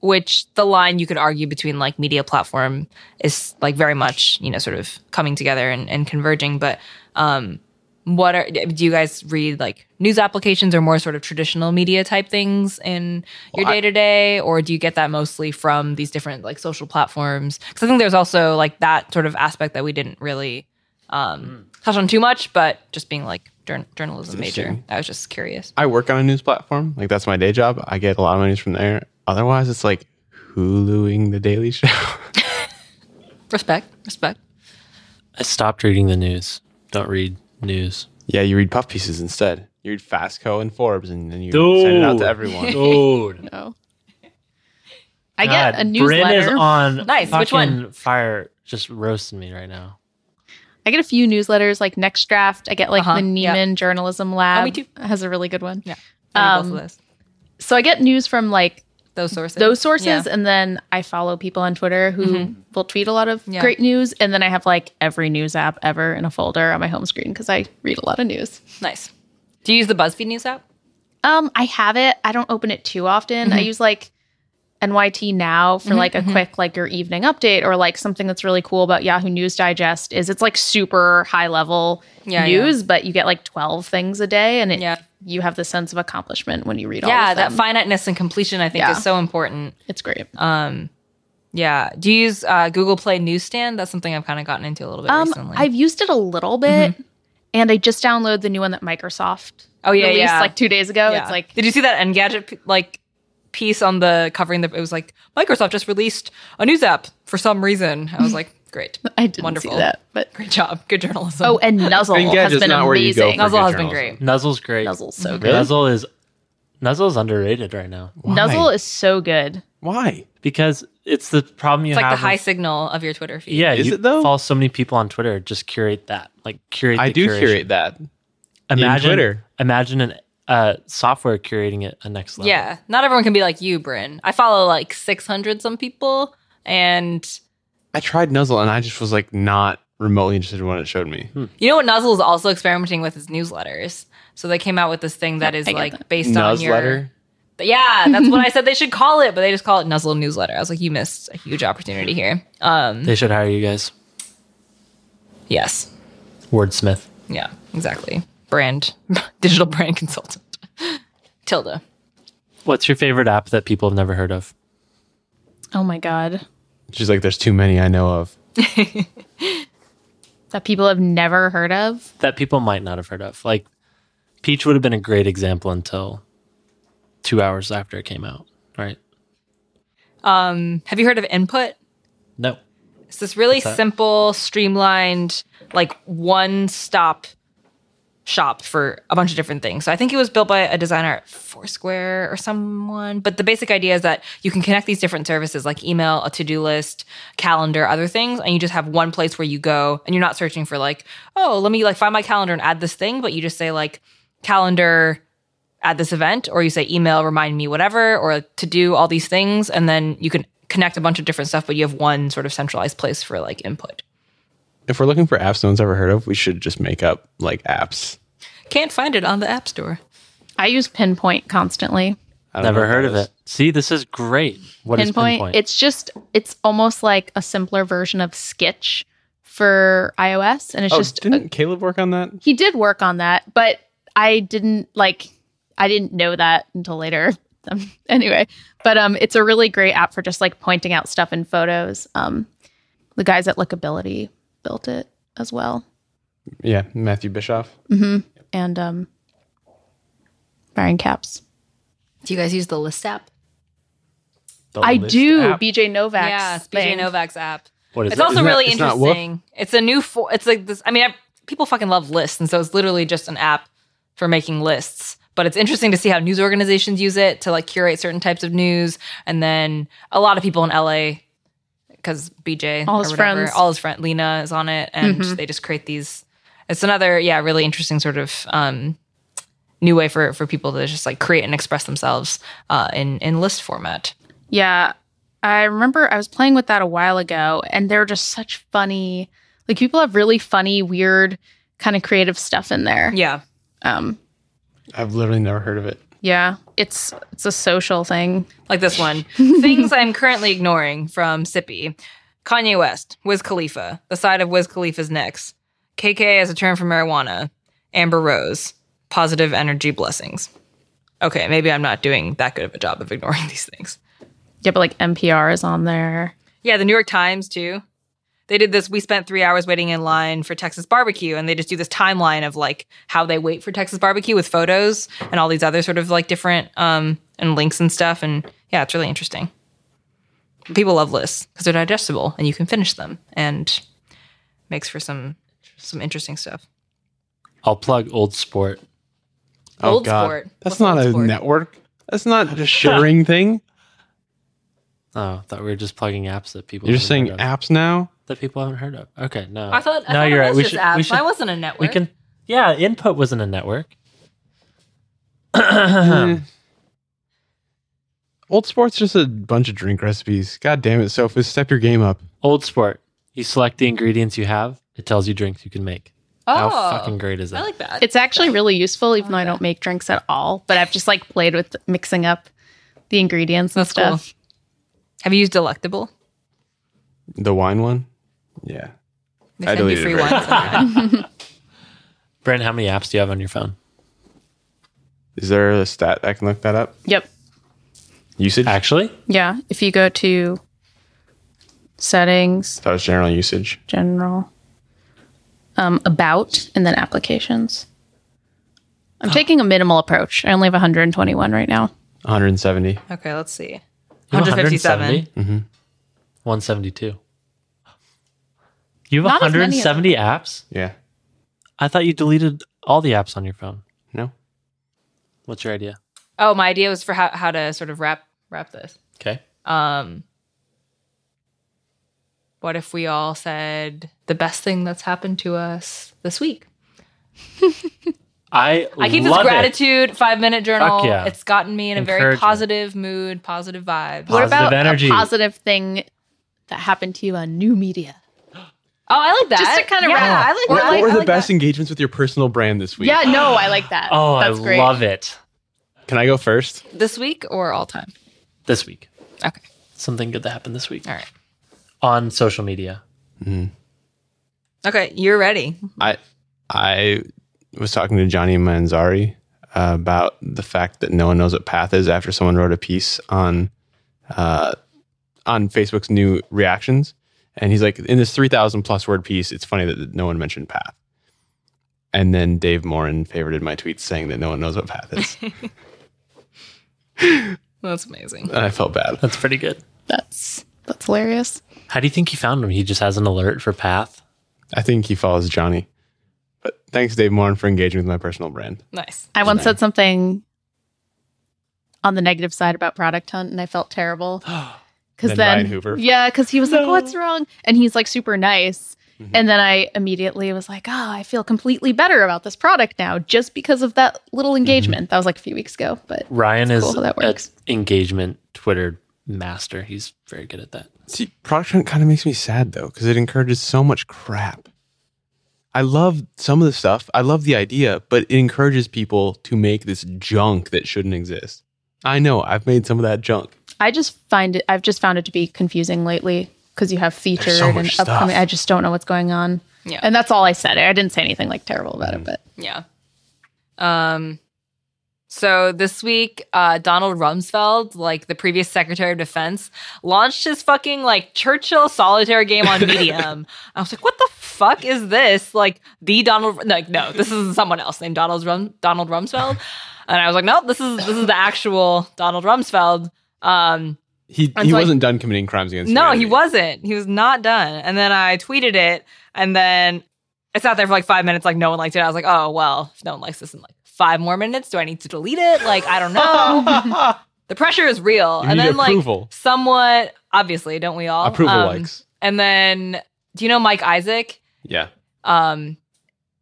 Speaker 3: which the line you could argue between like media platform is like very much you know sort of coming together and, and converging. But um, what are do you guys read like news applications or more sort of traditional media type things in your day to day, or do you get that mostly from these different like social platforms? Because I think there's also like that sort of aspect that we didn't really um, touch on too much, but just being like jour- journalism major,
Speaker 1: Interesting.
Speaker 3: I was just curious.
Speaker 1: I work on a news platform. Like that's my day job. I get a lot of my news from there. Otherwise, it's like Huluing the Daily Show. *laughs*
Speaker 3: Respect, respect.
Speaker 2: I stopped reading the news. Don't read news.
Speaker 1: yeah, you read puff pieces instead. You read Fastco and Forbes, and then you send it out to
Speaker 2: Dude.
Speaker 1: everyone.
Speaker 2: *laughs* Dude.
Speaker 3: Oh.
Speaker 4: No. I
Speaker 2: God,
Speaker 4: get a
Speaker 2: Bryn is
Speaker 4: newsletter.
Speaker 2: on
Speaker 3: Nice, which
Speaker 2: fucking
Speaker 3: one?
Speaker 2: Fire just roasting me right now.
Speaker 4: I get a few newsletters like Next Draft. I get like
Speaker 3: Uh-huh,
Speaker 4: the Neiman
Speaker 3: yeah. Oh,
Speaker 4: Journalism Lab.
Speaker 3: me too.
Speaker 4: Has a really good one.
Speaker 3: Yeah. I need
Speaker 4: Um,
Speaker 3: both of those.
Speaker 4: So I get news from like
Speaker 3: Those sources.
Speaker 4: those sources,
Speaker 3: Yeah. Mm-hmm.
Speaker 4: and then I follow people on Twitter who will tweet a lot of
Speaker 3: Yeah.
Speaker 4: great news, and then I have like every news app ever in a folder on my home screen because I read a lot of news.
Speaker 3: Nice. Do you use the BuzzFeed news app?
Speaker 4: Um, I have it. I don't open it too often.
Speaker 3: Mm-hmm.
Speaker 4: I use like NYT now for like a quick like your evening update or like something that's really cool about Yahoo News Digest is it's like super high level
Speaker 3: Yeah, yeah.
Speaker 4: news, but you get like twelve things a day and it
Speaker 3: Yeah.
Speaker 4: you have the sense of accomplishment when you read all
Speaker 3: Yeah,
Speaker 4: of them.
Speaker 3: that finiteness and completion I think
Speaker 4: Yeah.
Speaker 3: is so important.
Speaker 4: it's great.
Speaker 3: Yeah. Do you use uh, Google Play Newsstand? That's something I've kind of gotten into a little bit
Speaker 4: Um,
Speaker 3: recently.
Speaker 4: I've used it a little bit and I just downloaded the new one that Microsoft
Speaker 3: Mm-hmm. Oh, yeah,
Speaker 4: released
Speaker 3: yeah.
Speaker 4: like two days ago.
Speaker 3: Yeah.
Speaker 4: It's like
Speaker 3: Did you see that Engadget p- like piece on the covering the it was like Microsoft just released a news app for some reason. I was like, Great.
Speaker 4: *laughs* I didn't
Speaker 3: Wonderful.
Speaker 4: see that, but
Speaker 3: Great job. Good journalism.
Speaker 4: oh, and Nuzzle
Speaker 1: Engadget's
Speaker 4: has been
Speaker 1: not where you go
Speaker 4: amazing.
Speaker 1: for-
Speaker 3: Nuzzle has been
Speaker 1: journalism.
Speaker 3: great.
Speaker 2: Nuzzle's great.
Speaker 4: Nuzzle's so good.
Speaker 1: Really?
Speaker 2: Nuzzle is Nuzzle is underrated right now
Speaker 1: Why?
Speaker 4: Nuzzle is so good.
Speaker 1: Why?
Speaker 2: because it's the problem you
Speaker 3: It's like
Speaker 2: have.
Speaker 3: the high
Speaker 2: with-
Speaker 3: signal of your Twitter feed.
Speaker 2: yeah,
Speaker 1: Is
Speaker 2: you
Speaker 1: it though?
Speaker 2: follow so many people on Twitter. Just curate that. Like curate.
Speaker 1: I
Speaker 2: the
Speaker 1: do
Speaker 2: curation.
Speaker 1: curate that.
Speaker 2: Imagine
Speaker 1: Twitter.
Speaker 2: Imagine an uh, software curating it a next level.
Speaker 3: Yeah. Not everyone can be like you, Bryn. I follow like 600 some people and
Speaker 1: I tried Nuzzle and I just was like not remotely interested in what it showed me.
Speaker 3: You know what Nuzzle is also experimenting with is newsletters. So they came out with this thing that is
Speaker 4: I get
Speaker 3: like
Speaker 4: that.
Speaker 3: based on
Speaker 1: Nuzzletter.
Speaker 3: your Yeah, that's *laughs* what I said they should call it, but they just call it Nuzzle newsletter. I was like, you missed a huge opportunity here. Um
Speaker 2: They should hire you guys.
Speaker 3: yes.
Speaker 2: Wordsmith.
Speaker 3: Yeah, exactly. Brand *laughs* digital brand consultant. *laughs* Tilda.
Speaker 2: What's your favorite app that people have never heard of?
Speaker 4: Oh my god,
Speaker 1: She's like, there's too many I know of.
Speaker 4: that people have never heard of.
Speaker 2: That people might not have heard of. Like Peach would have been a great example until two hours after it came out. Right?
Speaker 3: Um have you heard of input?
Speaker 2: No.
Speaker 3: It's this really
Speaker 2: that?
Speaker 3: simple, streamlined, like one stop shop for a bunch of different things. So I think it was built by a designer at Foursquare or someone. But the basic idea is that you can connect these different services like email, a to do list, calendar, other things, and you just have one place where you go and you're not searching for like, oh, let me like find my calendar and add this thing, but you just say like calendar at this event or you say email remind me whatever or to do all these things and then you can connect a bunch of different stuff but you have one sort of centralized place for like input
Speaker 1: If we're looking for apps no one's ever heard of, we should just make up like apps.
Speaker 3: can't find it on the app store
Speaker 4: I use Pinpoint constantly.
Speaker 1: I don't know
Speaker 2: Never
Speaker 1: what
Speaker 2: heard
Speaker 1: that
Speaker 2: of
Speaker 1: is.
Speaker 2: it. See, this is great. What is
Speaker 4: Pinpoint,
Speaker 2: Pinpoint?
Speaker 4: It's just it's almost like a simpler version of Sketch for iOS, and it's
Speaker 1: Oh,
Speaker 4: just
Speaker 1: didn't Caleb work on that?
Speaker 4: he did work on that, but I didn't like I didn't know that until later. *laughs* Um, anyway, but um, it's a really great app for just like pointing out stuff in photos. Um, the guys at Lookability built it as well,
Speaker 1: Yeah, Matthew Bischoff.
Speaker 4: and um, Brian Caps.
Speaker 3: do you guys use the list app
Speaker 1: The
Speaker 4: I
Speaker 1: list
Speaker 4: do
Speaker 1: app.
Speaker 4: BJ Novak's.
Speaker 3: yeah it's bj
Speaker 4: thing.
Speaker 3: novak's app
Speaker 2: what is
Speaker 3: it's
Speaker 2: it?
Speaker 3: also
Speaker 1: Isn't that-
Speaker 3: really
Speaker 1: it's not Woof?
Speaker 3: interesting it's a new for it's like this i mean I, people fucking love lists and so it's literally just an app for making lists but it's interesting to see how news organizations use it to like curate certain types of news and then a lot of people in la because bj
Speaker 4: All
Speaker 3: or
Speaker 4: his
Speaker 3: whatever,
Speaker 4: friends. Mm-hmm.
Speaker 3: all his friend lena is on it and they just create these it's another yeah really interesting sort of um new way for for people to just like create and express themselves uh in in list format
Speaker 4: Yeah. I remember I was playing with that a while ago and they're just such funny like people have really funny, weird kind of creative stuff in there.
Speaker 3: yeah
Speaker 4: Um
Speaker 1: I've literally never heard of it.
Speaker 4: yeah. It's it's a social thing.
Speaker 3: like this one. Things I'm currently ignoring from Sippy. Kanye West, Wiz Khalifa, the side of Wiz Khalifa's necks. KK as a term for marijuana. Amber Rose, positive energy blessings. Okay, maybe I'm not doing that good of a job of ignoring *laughs* these things.
Speaker 4: Yeah, but like NPR is on there.
Speaker 3: Yeah, the New York Times too. They did this. We spent three hours waiting in line for Texas barbecue, and they just do this timeline of like how they wait for Texas barbecue with photos and all these other sort of like different um and links and stuff. And yeah, it's really interesting. People love lists because they're digestible and you can finish them, and makes for some some interesting stuff.
Speaker 2: I'll plug Old Sport.
Speaker 1: Oh,
Speaker 3: Old Sport.
Speaker 1: That's
Speaker 3: What's Old
Speaker 1: not a
Speaker 3: Sport?
Speaker 1: network. That's not a sharing thing.
Speaker 2: Oh, I thought we were just plugging apps that people
Speaker 1: You're just saying
Speaker 2: haven't heard of.
Speaker 1: apps now?
Speaker 2: that people haven't heard of. Okay, no.
Speaker 3: I thought I
Speaker 2: no,
Speaker 3: thought
Speaker 2: you're
Speaker 3: it
Speaker 2: right.
Speaker 3: was
Speaker 2: we
Speaker 3: just
Speaker 2: should,
Speaker 3: apps.
Speaker 2: we should
Speaker 3: I wasn't a network.
Speaker 2: We can. Yeah, input wasn't a network. *clears throat*
Speaker 1: Eh. Old Sport's just a bunch of drink recipes. God damn it, Sophie, step your game up.
Speaker 2: Old sport. You select the ingredients you have. It tells you drinks you can make.
Speaker 3: oh,
Speaker 2: How fucking great is that?
Speaker 3: I like that.
Speaker 4: It's actually really useful, even though I don't make drinks at all. But I've just like played with mixing up the ingredients and
Speaker 3: That's cool.
Speaker 4: stuff.
Speaker 3: Have you used Delectable?
Speaker 1: The wine one? Yeah.
Speaker 3: They
Speaker 1: I
Speaker 3: send you
Speaker 1: deleted it
Speaker 3: free
Speaker 1: very
Speaker 3: wine. sometimes.
Speaker 2: Brent, how many apps do you have on your phone?
Speaker 1: Is there a stat I can look that up?
Speaker 4: Yep.
Speaker 1: Usage?
Speaker 2: Actually,
Speaker 4: Yeah. If you go to settings,
Speaker 1: That was general usage.
Speaker 4: general um, about and then applications i'm taking a minimal approach i only have 121 right now
Speaker 1: 170.
Speaker 3: okay, let's see.
Speaker 2: You have
Speaker 3: 157.
Speaker 2: 170? 172. You have
Speaker 4: Not as many of
Speaker 2: 170 apps?
Speaker 1: Yeah.
Speaker 2: I thought you deleted all the apps on your phone.
Speaker 1: No.
Speaker 2: What's your idea?
Speaker 3: Oh, my idea was for how, how to sort of wrap wrap this.
Speaker 2: Okay.
Speaker 3: Um, what if we all said the best thing that's happened to us this week?
Speaker 2: I
Speaker 3: I keep this
Speaker 2: love it.
Speaker 3: gratitude five minute journal.
Speaker 2: Fuck yeah.
Speaker 3: It's gotten me in a very
Speaker 2: Encouragement.
Speaker 3: positive mood, positive vibes.
Speaker 2: What Positive
Speaker 4: What about
Speaker 2: about a energy.
Speaker 4: a
Speaker 2: positive
Speaker 4: positive thing that happened to you on new media?
Speaker 3: Oh, I like that.
Speaker 4: Just to kinda
Speaker 3: yeah,
Speaker 4: wrap-
Speaker 3: I
Speaker 1: What,
Speaker 3: like
Speaker 4: Or
Speaker 3: that.
Speaker 1: what
Speaker 4: like-
Speaker 1: were
Speaker 4: I
Speaker 1: the
Speaker 4: like
Speaker 1: best engagements with your personal brand this week?
Speaker 4: Yeah, no, I like that.
Speaker 2: Oh,
Speaker 4: That's
Speaker 2: I
Speaker 4: great.
Speaker 2: love it.
Speaker 1: Can I go first?
Speaker 3: this week or all time?
Speaker 2: This week.
Speaker 3: Okay.
Speaker 2: Something good that happened this week
Speaker 3: All right.
Speaker 2: on social media.
Speaker 3: Okay, you're ready.
Speaker 1: I I was talking to Johnny Manzari uh, about the fact that no one knows what Path is after someone wrote a piece on uh, on Facebook's new reactions, and he's like, in this three thousand plus word piece, it's funny that no one mentioned Path. And then Dave Morin favorited my tweets saying that no one knows what Path
Speaker 4: *laughs*
Speaker 1: is,
Speaker 3: That's amazing.
Speaker 1: and I felt bad.
Speaker 2: That's pretty good.
Speaker 4: That's that's hilarious.
Speaker 2: How do you think he found him? He just has an alert for Path.
Speaker 1: I think he follows Johnny. But thanks, Dave Morin, for engaging with my personal brand.
Speaker 3: Nice.
Speaker 4: I once said something on the negative side about Product Hunt, and I felt terrible because
Speaker 1: *gasps* Then
Speaker 4: then,
Speaker 1: Ryan Hoover?
Speaker 4: yeah, because he was like, "What's wrong?" and he's like super nice,
Speaker 1: Mm-hmm.
Speaker 4: and then I immediately was like, "Oh, I feel completely better about this product now just because of that
Speaker 1: Mm-hmm.
Speaker 4: little engagement." That was like a few weeks ago, but
Speaker 2: Ryan
Speaker 4: That's
Speaker 2: is
Speaker 4: cool how that
Speaker 2: a
Speaker 4: works.
Speaker 2: engagement Twitter master. He's very good at that.
Speaker 1: See, Product Hunt kind of makes me sad though, because it encourages so much crap. I love some of the stuff. I love the idea, but it encourages people to make this junk that shouldn't exist. I know I've made some of that junk.
Speaker 4: I just find it. I've just found it to be confusing lately because you have featured
Speaker 1: so
Speaker 4: and
Speaker 1: much stuff.
Speaker 4: upcoming. I just don't know what's going on.
Speaker 3: Yeah.
Speaker 4: and that's all I said. I didn't say anything like terrible about
Speaker 1: Mm.
Speaker 4: it, but
Speaker 3: Yeah. Um so this week, uh, Donald Rumsfeld, like the previous Secretary of Defense, launched his fucking like Churchill solitaire game on Medium. I was like, "What the fuck is this?" Like the Donald, like no, this is someone else named Donald Rum, Donald Rumsfeld, and I was like, "Nope, this is this is the actual Donald Rumsfeld." Um,
Speaker 1: He
Speaker 3: And
Speaker 1: he
Speaker 3: so I-
Speaker 1: wasn't done committing crimes against.
Speaker 3: no, he
Speaker 1: humanity.
Speaker 3: wasn't. He was not done. And then I tweeted it, and then it's out there for like five minutes. Like no one liked it. I was like, oh well, if no one likes this in like five more minutes, do I need to delete it? Like I don't know.
Speaker 1: *laughs*
Speaker 3: the pressure is real.
Speaker 1: You
Speaker 3: and
Speaker 1: need
Speaker 3: then
Speaker 1: approval.
Speaker 3: like somewhat obviously, don't we all?
Speaker 1: Approval
Speaker 3: Um,
Speaker 1: likes.
Speaker 3: And then do you know Mike Isaac?
Speaker 1: Yeah.
Speaker 3: Um,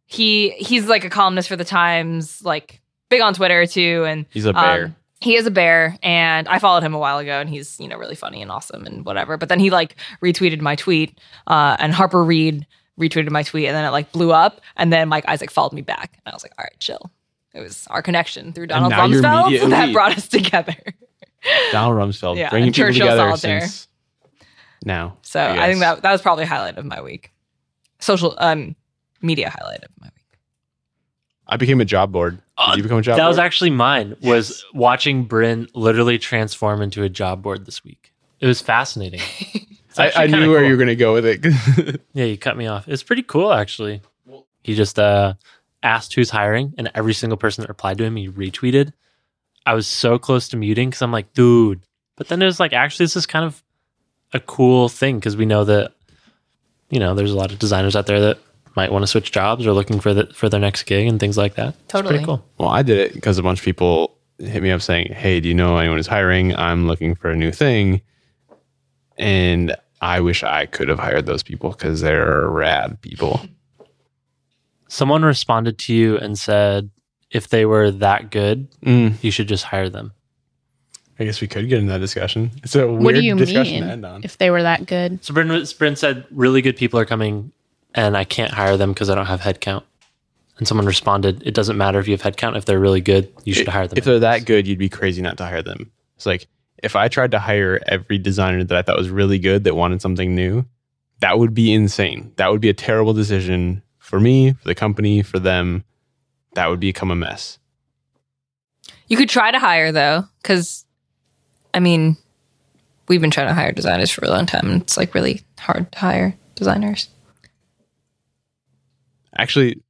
Speaker 3: he he's like a columnist for the Times, like big on Twitter too, and
Speaker 1: He's a bear.
Speaker 3: um, he is a bear, and I followed him a while ago, and he's you know really funny and awesome and whatever. But then he like retweeted my tweet, uh, and Harper Reed retweeted my tweet, and then it like blew up, and then Mike Isaac followed me back, and I was like, all right, chill. It was our connection through Donald
Speaker 1: now you're media
Speaker 3: Rumsfeld *laughs* that
Speaker 1: elite.
Speaker 3: brought us together. *laughs*
Speaker 1: Donald Rumsfeld
Speaker 3: yeah,
Speaker 1: bringing people
Speaker 3: Churchill
Speaker 1: together
Speaker 3: solitaire.
Speaker 1: since now.
Speaker 3: So I think that that was probably a highlight of my week, social um media highlight of my week.
Speaker 1: I became a job board. Did
Speaker 2: Uh,
Speaker 1: you become a job
Speaker 2: that was
Speaker 1: board?
Speaker 2: actually mine. Was watching Bryn literally transform into a job board this week. It was fascinating. *laughs* It's
Speaker 1: I, I
Speaker 2: actually
Speaker 1: knew
Speaker 2: kinda
Speaker 1: where
Speaker 2: cool.
Speaker 1: you were going to go with it. *laughs*
Speaker 2: Yeah, you cut me off. It's pretty cool actually. He just uh, asked who's hiring, and every single person that replied to him, he retweeted. I was so close to muting because I'm like, dude. But then it was like, actually, this is kind of a cool thing because we know that, you know, there's a lot of designers out there that might want to switch jobs or looking for the for their next gig and things like that.
Speaker 3: Totally.
Speaker 2: it's pretty cool.
Speaker 1: Well, I did it because a bunch of people hit me up saying, "Hey, do you know anyone who's hiring? I'm looking for a new thing," and I wish I could have hired those people because they're rad people.
Speaker 2: Someone responded to you and said if they were that good,
Speaker 1: Mm,
Speaker 2: you should just hire them.
Speaker 1: I guess we could get in that discussion. It's a weird
Speaker 4: what do you
Speaker 1: discussion
Speaker 4: mean
Speaker 1: to end on.
Speaker 4: if they were that good?
Speaker 2: So Bryn, was- Bryn said, really good people are coming and I can't hire them because I don't have headcount. And someone responded, it doesn't matter if you have headcount. If they're really good, you should hire them.
Speaker 1: If they're that good, you'd be crazy not to hire them. It's like if I tried to hire every designer that I thought was really good that wanted something new, that would be insane. That would be a terrible decision for me, for the company, for them. That would become a mess.
Speaker 3: You could try to hire though, because I mean, we've been trying to hire designers for a long time, and it's like really hard to hire designers.
Speaker 1: Actually,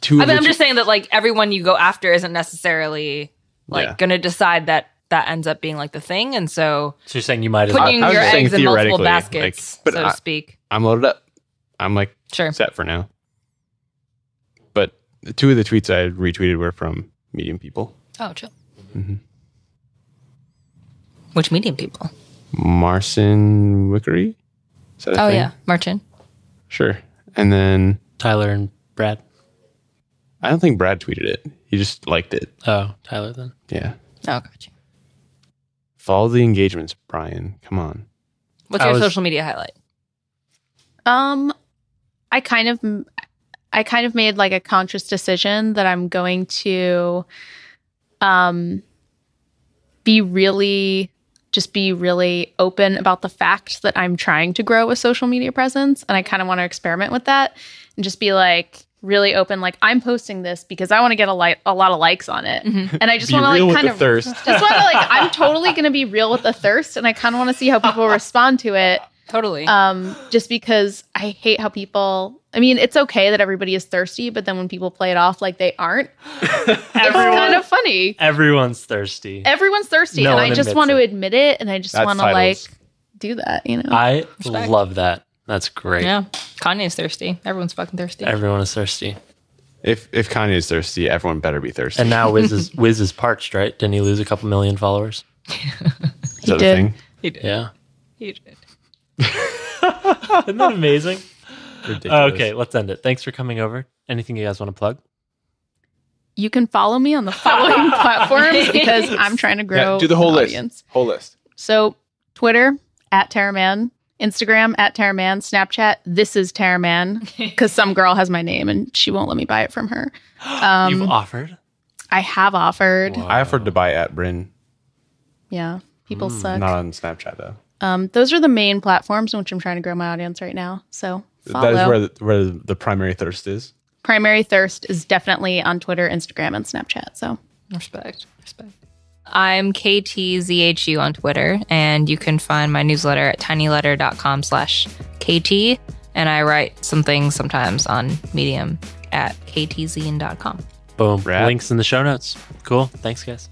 Speaker 1: two.
Speaker 3: I
Speaker 1: of
Speaker 3: mean,
Speaker 1: the
Speaker 3: I'm
Speaker 1: two-
Speaker 3: just saying that like everyone you go after isn't necessarily like
Speaker 1: Yeah.
Speaker 3: going to decide that that ends up being like the thing, and so
Speaker 2: So you're saying you might as well.
Speaker 3: putting
Speaker 1: I was
Speaker 3: your
Speaker 1: just saying
Speaker 3: eggs in multiple
Speaker 1: theoretically, like,
Speaker 3: baskets,
Speaker 1: but
Speaker 3: so
Speaker 1: I-
Speaker 3: to speak.
Speaker 1: I'm loaded up. I'm like
Speaker 3: Sure.
Speaker 1: set for now. But the two of the tweets I retweeted were from Medium people.
Speaker 3: Oh, chill.
Speaker 1: Mhm.
Speaker 3: Which medium people?
Speaker 1: Marcin Wickery? Is that a
Speaker 3: Oh
Speaker 1: thing?
Speaker 3: yeah, Martin.
Speaker 1: Sure. And then
Speaker 2: Tyler and Brad.
Speaker 1: I don't think Brad tweeted it. He just liked it.
Speaker 2: Oh, Tyler then.
Speaker 1: Yeah.
Speaker 3: Oh, gotcha.
Speaker 1: Follow the engagements, Brian. Come on.
Speaker 3: What's
Speaker 2: I
Speaker 3: your
Speaker 2: was-
Speaker 3: social media highlight?
Speaker 4: Um, I kind of, I kind of made like a conscious decision that I'm going to, um, be really, just be really open about the fact that I'm trying to grow a social media presence, and I kind of want to experiment with that, and just be like really open, like I'm posting this because I want to get a like a lot of likes on it, and I just want to like kind of
Speaker 1: thirst.
Speaker 4: *laughs* just want to like I'm totally going to be real with the thirst, and I kind of want to see how people respond to it
Speaker 3: Totally.
Speaker 4: um, just because I hate how people. I mean, it's okay that everybody is thirsty, but then when people play it off like they aren't, it's kind of funny.
Speaker 2: Everyone's thirsty.
Speaker 4: Everyone's thirsty,
Speaker 2: No
Speaker 4: and
Speaker 2: one
Speaker 4: I just
Speaker 2: admits
Speaker 4: want to
Speaker 2: it.
Speaker 4: admit it, and I just
Speaker 1: That's
Speaker 4: want to like
Speaker 1: titles.
Speaker 4: do that. You know,
Speaker 2: I
Speaker 3: Respect.
Speaker 2: love that. That's great.
Speaker 3: yeah. Kanye's thirsty. Everyone's fucking thirsty.
Speaker 2: Everyone is thirsty.
Speaker 1: If if Kanye is thirsty, everyone better be thirsty.
Speaker 2: And now Wiz is Wiz is parched, right? Didn't he lose a couple million followers?
Speaker 1: Is that a
Speaker 4: did.
Speaker 1: thing?
Speaker 3: he did.
Speaker 2: Yeah.
Speaker 3: He did.
Speaker 2: *laughs* Isn't that amazing?
Speaker 1: Ridiculous.
Speaker 2: okay, let's end it. Thanks for coming over. Anything you guys want to plug?
Speaker 4: you can follow me on
Speaker 1: *laughs*
Speaker 4: the following platforms because I'm trying to grow.
Speaker 1: Yeah, do the whole
Speaker 4: an
Speaker 1: list.
Speaker 4: audience.
Speaker 1: Whole list.
Speaker 4: So Twitter at Terraman, Instagram at Terraman, Snapchat this is Terraman
Speaker 1: *laughs*
Speaker 4: because some girl has my name and she won't let me buy it from her.
Speaker 2: You've
Speaker 4: Um,
Speaker 2: offered.
Speaker 4: I have offered.
Speaker 1: I offered to buy at Bryn.
Speaker 4: Yeah, people
Speaker 2: Hmm,
Speaker 4: suck.
Speaker 1: Not on Snapchat though.
Speaker 4: Um, those are the main platforms in which I'm trying to grow my audience right now. So follow.
Speaker 1: That is where the, where the primary thirst is.
Speaker 4: Primary thirst is definitely on Twitter, Instagram, and Snapchat. So
Speaker 3: Respect. Respect. I'm KTZHU on Twitter, and you can find my newsletter at tinyletter.com slash KT. And I write some things sometimes on Medium at ktzine.com.
Speaker 2: Boom.
Speaker 1: Rad.
Speaker 2: Links in the show notes. Cool. Thanks, guys.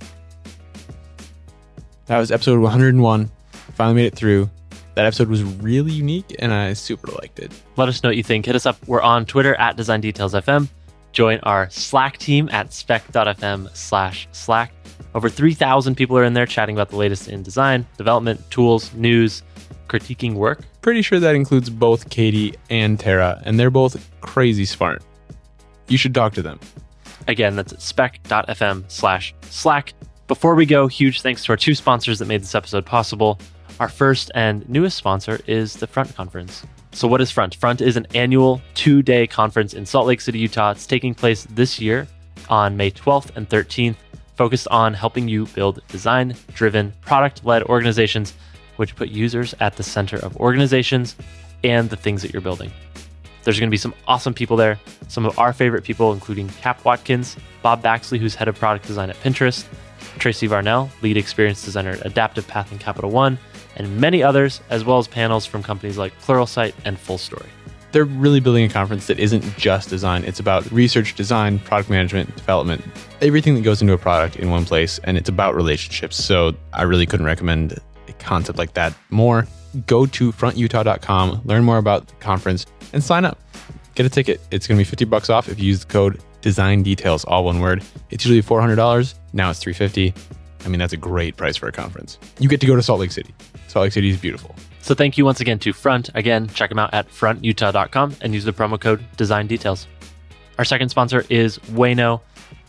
Speaker 1: That was episode 101. Finally made it through. That episode was really unique, and I super liked it.
Speaker 2: Let us know what you think. Hit us up. We're on Twitter at Design Details FM. Join our Slack team at spec.fm slash Slack. Over 3,000 people are in there chatting about the latest in design, development, tools, news, critiquing work.
Speaker 1: Pretty sure that includes both Katie and Tara, and they're both crazy smart. You should talk to them.
Speaker 2: Again, that's at spec.fm slash slack. Before we go, huge thanks to our two sponsors that made this episode possible. Our first and newest sponsor is the Front Conference. So, what is Front? Front is an annual two day conference in Salt Lake City, Utah. It's taking place this year on May 12th and 13th, focused on helping you build design driven, product led organizations, which put users at the center of organizations and the things that you're building. There's going to be some awesome people there. Some of our favorite people, including Cap Watkins, Bob Baxley, who's head of product design at Pinterest, Tracy Varnell, lead experience designer at Adaptive Path and Capital One, and many others, as well as panels from companies like Pluralsight and Full Story.
Speaker 1: They're really building a conference that isn't just design, it's about research, design, product management, development, everything that goes into a product in one place, and it's about relationships. So I really couldn't recommend a concept like that more. Go to frontutah.com, learn more about the conference, and sign up. Get a ticket. It's going to be 50 bucks off if you use the code design details, all one word. It's usually $400. Now it's 350 I mean, that's a great price for a conference. You get to go to Salt Lake City. Salt Lake City is beautiful.
Speaker 2: So thank you once again to Front. Again, check them out at frontutah.com and use the promo code design details. Our second sponsor is Wayno.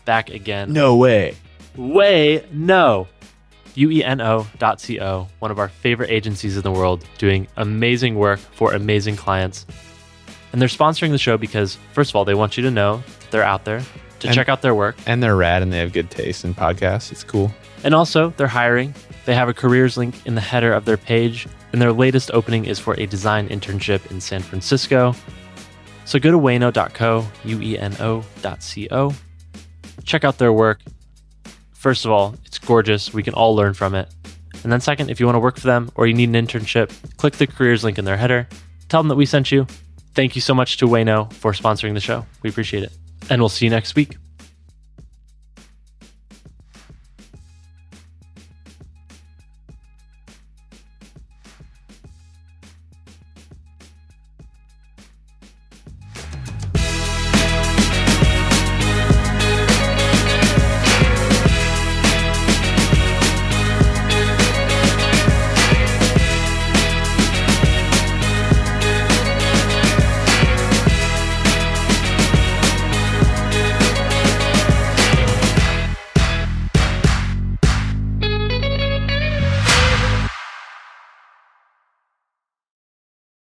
Speaker 2: Back again.
Speaker 1: No way.
Speaker 2: Way no. UENO dot co, one of our favorite agencies in the world, doing amazing work for amazing clients. And they're sponsoring the show because, first of all, they want you to know that they're out there to
Speaker 1: And-
Speaker 2: check out their work.
Speaker 1: and they're rad and they have good taste in podcasts. It's cool.
Speaker 2: And also, they're hiring. They have a careers link in the header of their page, and their latest opening is for a design internship in San Francisco. So go to wayno.co, U-E-N-O.co. Check out their work. First of all, it's gorgeous. We can all learn from it. And then second, if you want to work for them or you need an internship, click the careers link in their header. Tell them that we sent you. Thank you so much to Wayno for sponsoring the show. We appreciate it. And we'll see you next week.